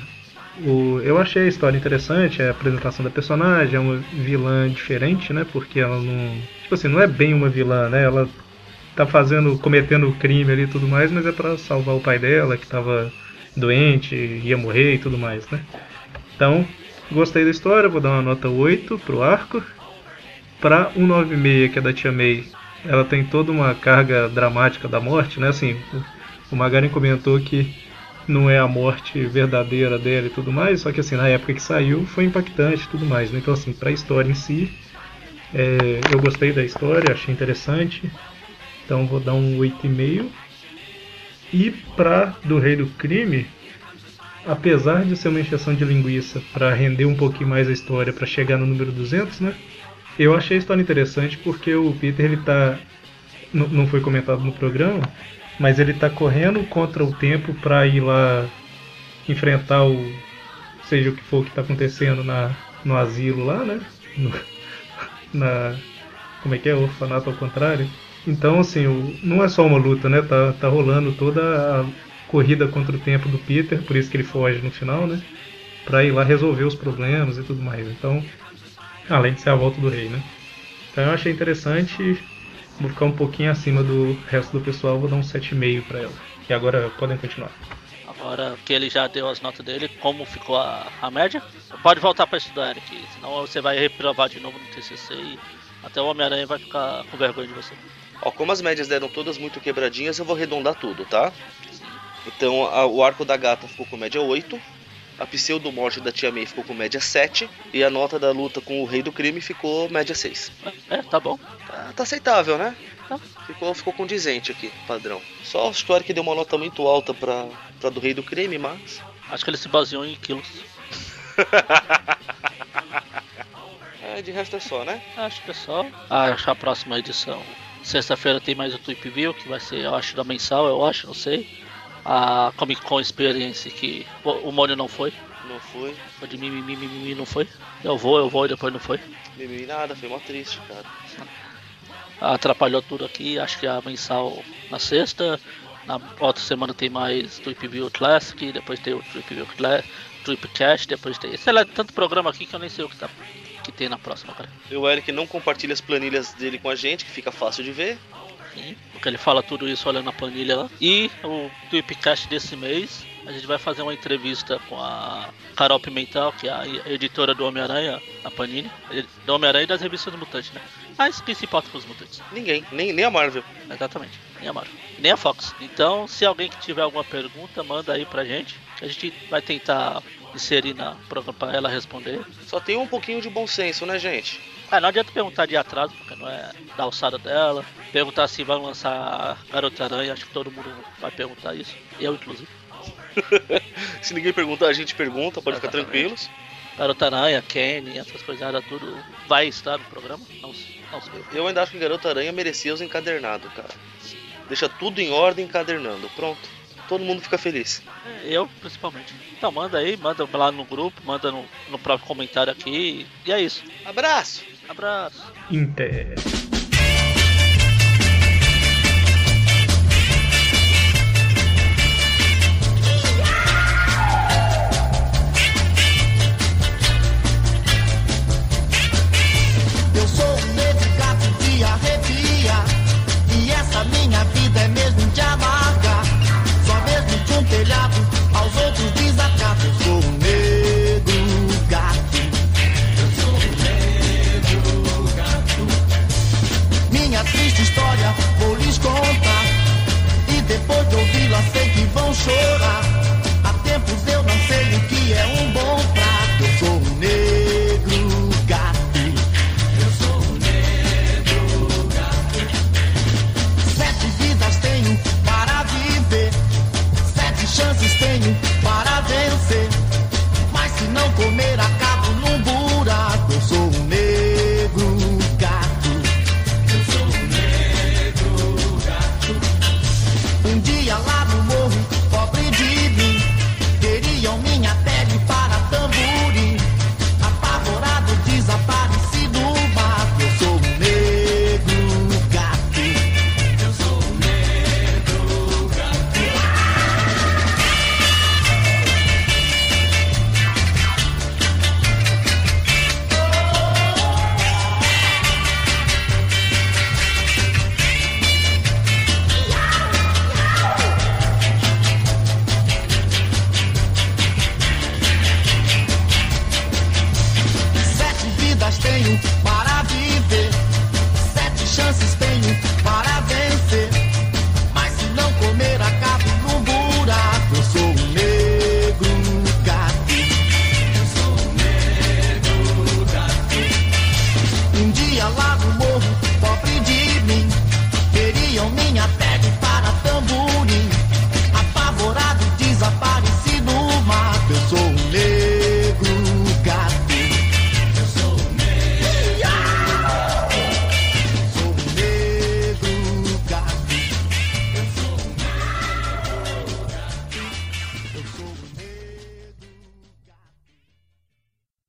o- eu achei a história interessante, a apresentação da personagem, é uma vilã diferente, né? Porque ela não. Tipo assim, não é bem uma vilã, né? Ela tá fazendo, cometendo crime ali e tudo mais, mas é pra salvar o pai dela que tava doente, ia morrer e tudo mais, né? Então, gostei da história, vou dar uma nota 8 pro arco. Pra 196, que é da Tia May, ela tem toda uma carga dramática da morte, né? Assim, o- o Magarin comentou que não é a morte verdadeira dela e tudo mais, só que assim, na época que saiu foi impactante e tudo mais, né? Então assim, pra história em si, é, eu gostei da história, achei interessante, então vou dar um 8,5. E pra do Rei do Crime, apesar de ser uma encheção de linguiça pra render um pouquinho mais a história, pra chegar no número 200, né? Eu achei a história interessante porque o Peter ele tá n- não foi comentado no programa, mas ele tá correndo contra o tempo pra ir lá enfrentar o seja o que for que tá acontecendo na no asilo lá, né? No- <laughs> na como é que é? Orfanato ao contrário. Então, assim, o- não é só uma luta, né? Tá, tá rolando toda a corrida contra o tempo do Peter, por isso que ele foge no final, né? Pra ir lá resolver os problemas e tudo mais. Então, além de ser a volta do rei, né? Então eu achei interessante, vou ficar um pouquinho acima do resto do pessoal, vou dar um 7,5 pra ela. E agora podem continuar.
Agora que ele já deu as notas dele, como ficou a, a média, pode voltar para estudar, Eric. Senão você vai reprovar de novo no TCC e até o Homem-Aranha vai ficar com vergonha de você.
Ó, como as médias deram todas muito quebradinhas, eu vou arredondar tudo, tá? Então, a- o arco da gata ficou com média 8, a pseudo-morte da tia May ficou com média 7, e a nota da luta com o rei do crime ficou média 6.
É, tá bom.
Tá, tá aceitável, né?
Tá.
Ficou, ficou condizente aqui, padrão. Só a história que deu uma nota muito alta pra, pra do rei do crime, mas...
Acho que ele se baseou em quilos.
É, de resto é só, né?
Acho que é só. Ah, acho a próxima edição. Sexta-feira tem mais o Tweep View, que vai ser, eu acho, da mensal, eu acho, não sei. A Comic Con Experience, que o o Mônio não foi.
Não foi,
Foi de mim, mim, mim, mim, mim, não foi. Eu vou, eu vou e depois não foi.
nem nada, foi mó triste, cara.
atrapalhou tudo aqui. Acho que a mensal na sexta. Na outra semana tem mais Trip View Classic, depois tem o Trip View Classic, Trip Cash, depois tem. Sei lá, tanto programa aqui que eu nem sei o que, tá, que tem na próxima, cara.
E o Eric não compartilha as planilhas dele com a gente, que fica fácil de ver.
Sim, porque ele fala tudo isso olhando a planilha lá. E o Tweepcast desse mês, a gente vai fazer uma entrevista com a Carol Pimental, que é a editora do Homem-Aranha, a Panini. Do Homem-Aranha e das revistas do Mutante, né? Mas quem se importa com os mutantes?
Ninguém, nem, nem a Marvel.
Exatamente. Nem a Marvel. Nem a Fox. Então, se alguém que tiver alguma pergunta, manda aí pra gente. A gente vai tentar inserir na programa pra ela responder.
Só tem um pouquinho de bom senso, né, gente?
Ah, não adianta perguntar de atraso, porque não é da alçada dela. Perguntar se vai lançar Garota Aranha, acho que todo mundo vai perguntar isso. Eu, inclusive.
Se ninguém perguntar, a gente pergunta, pode ficar
Exatamente.
tranquilos.
Garota Aranha, Kenny, essas coisadas, tudo vai estar no programa? Não, sei- não sei.
Eu ainda acho que Garota Aranha merecia os encadernados, cara. Deixa tudo em ordem encadernando. Pronto. Todo mundo fica feliz.
Eu, principalmente. Então, manda aí, manda lá no grupo, manda no, no próprio comentário aqui. E é isso.
Abraço!
Abraço.
Inter.
é um um é um um um Um um um um Um um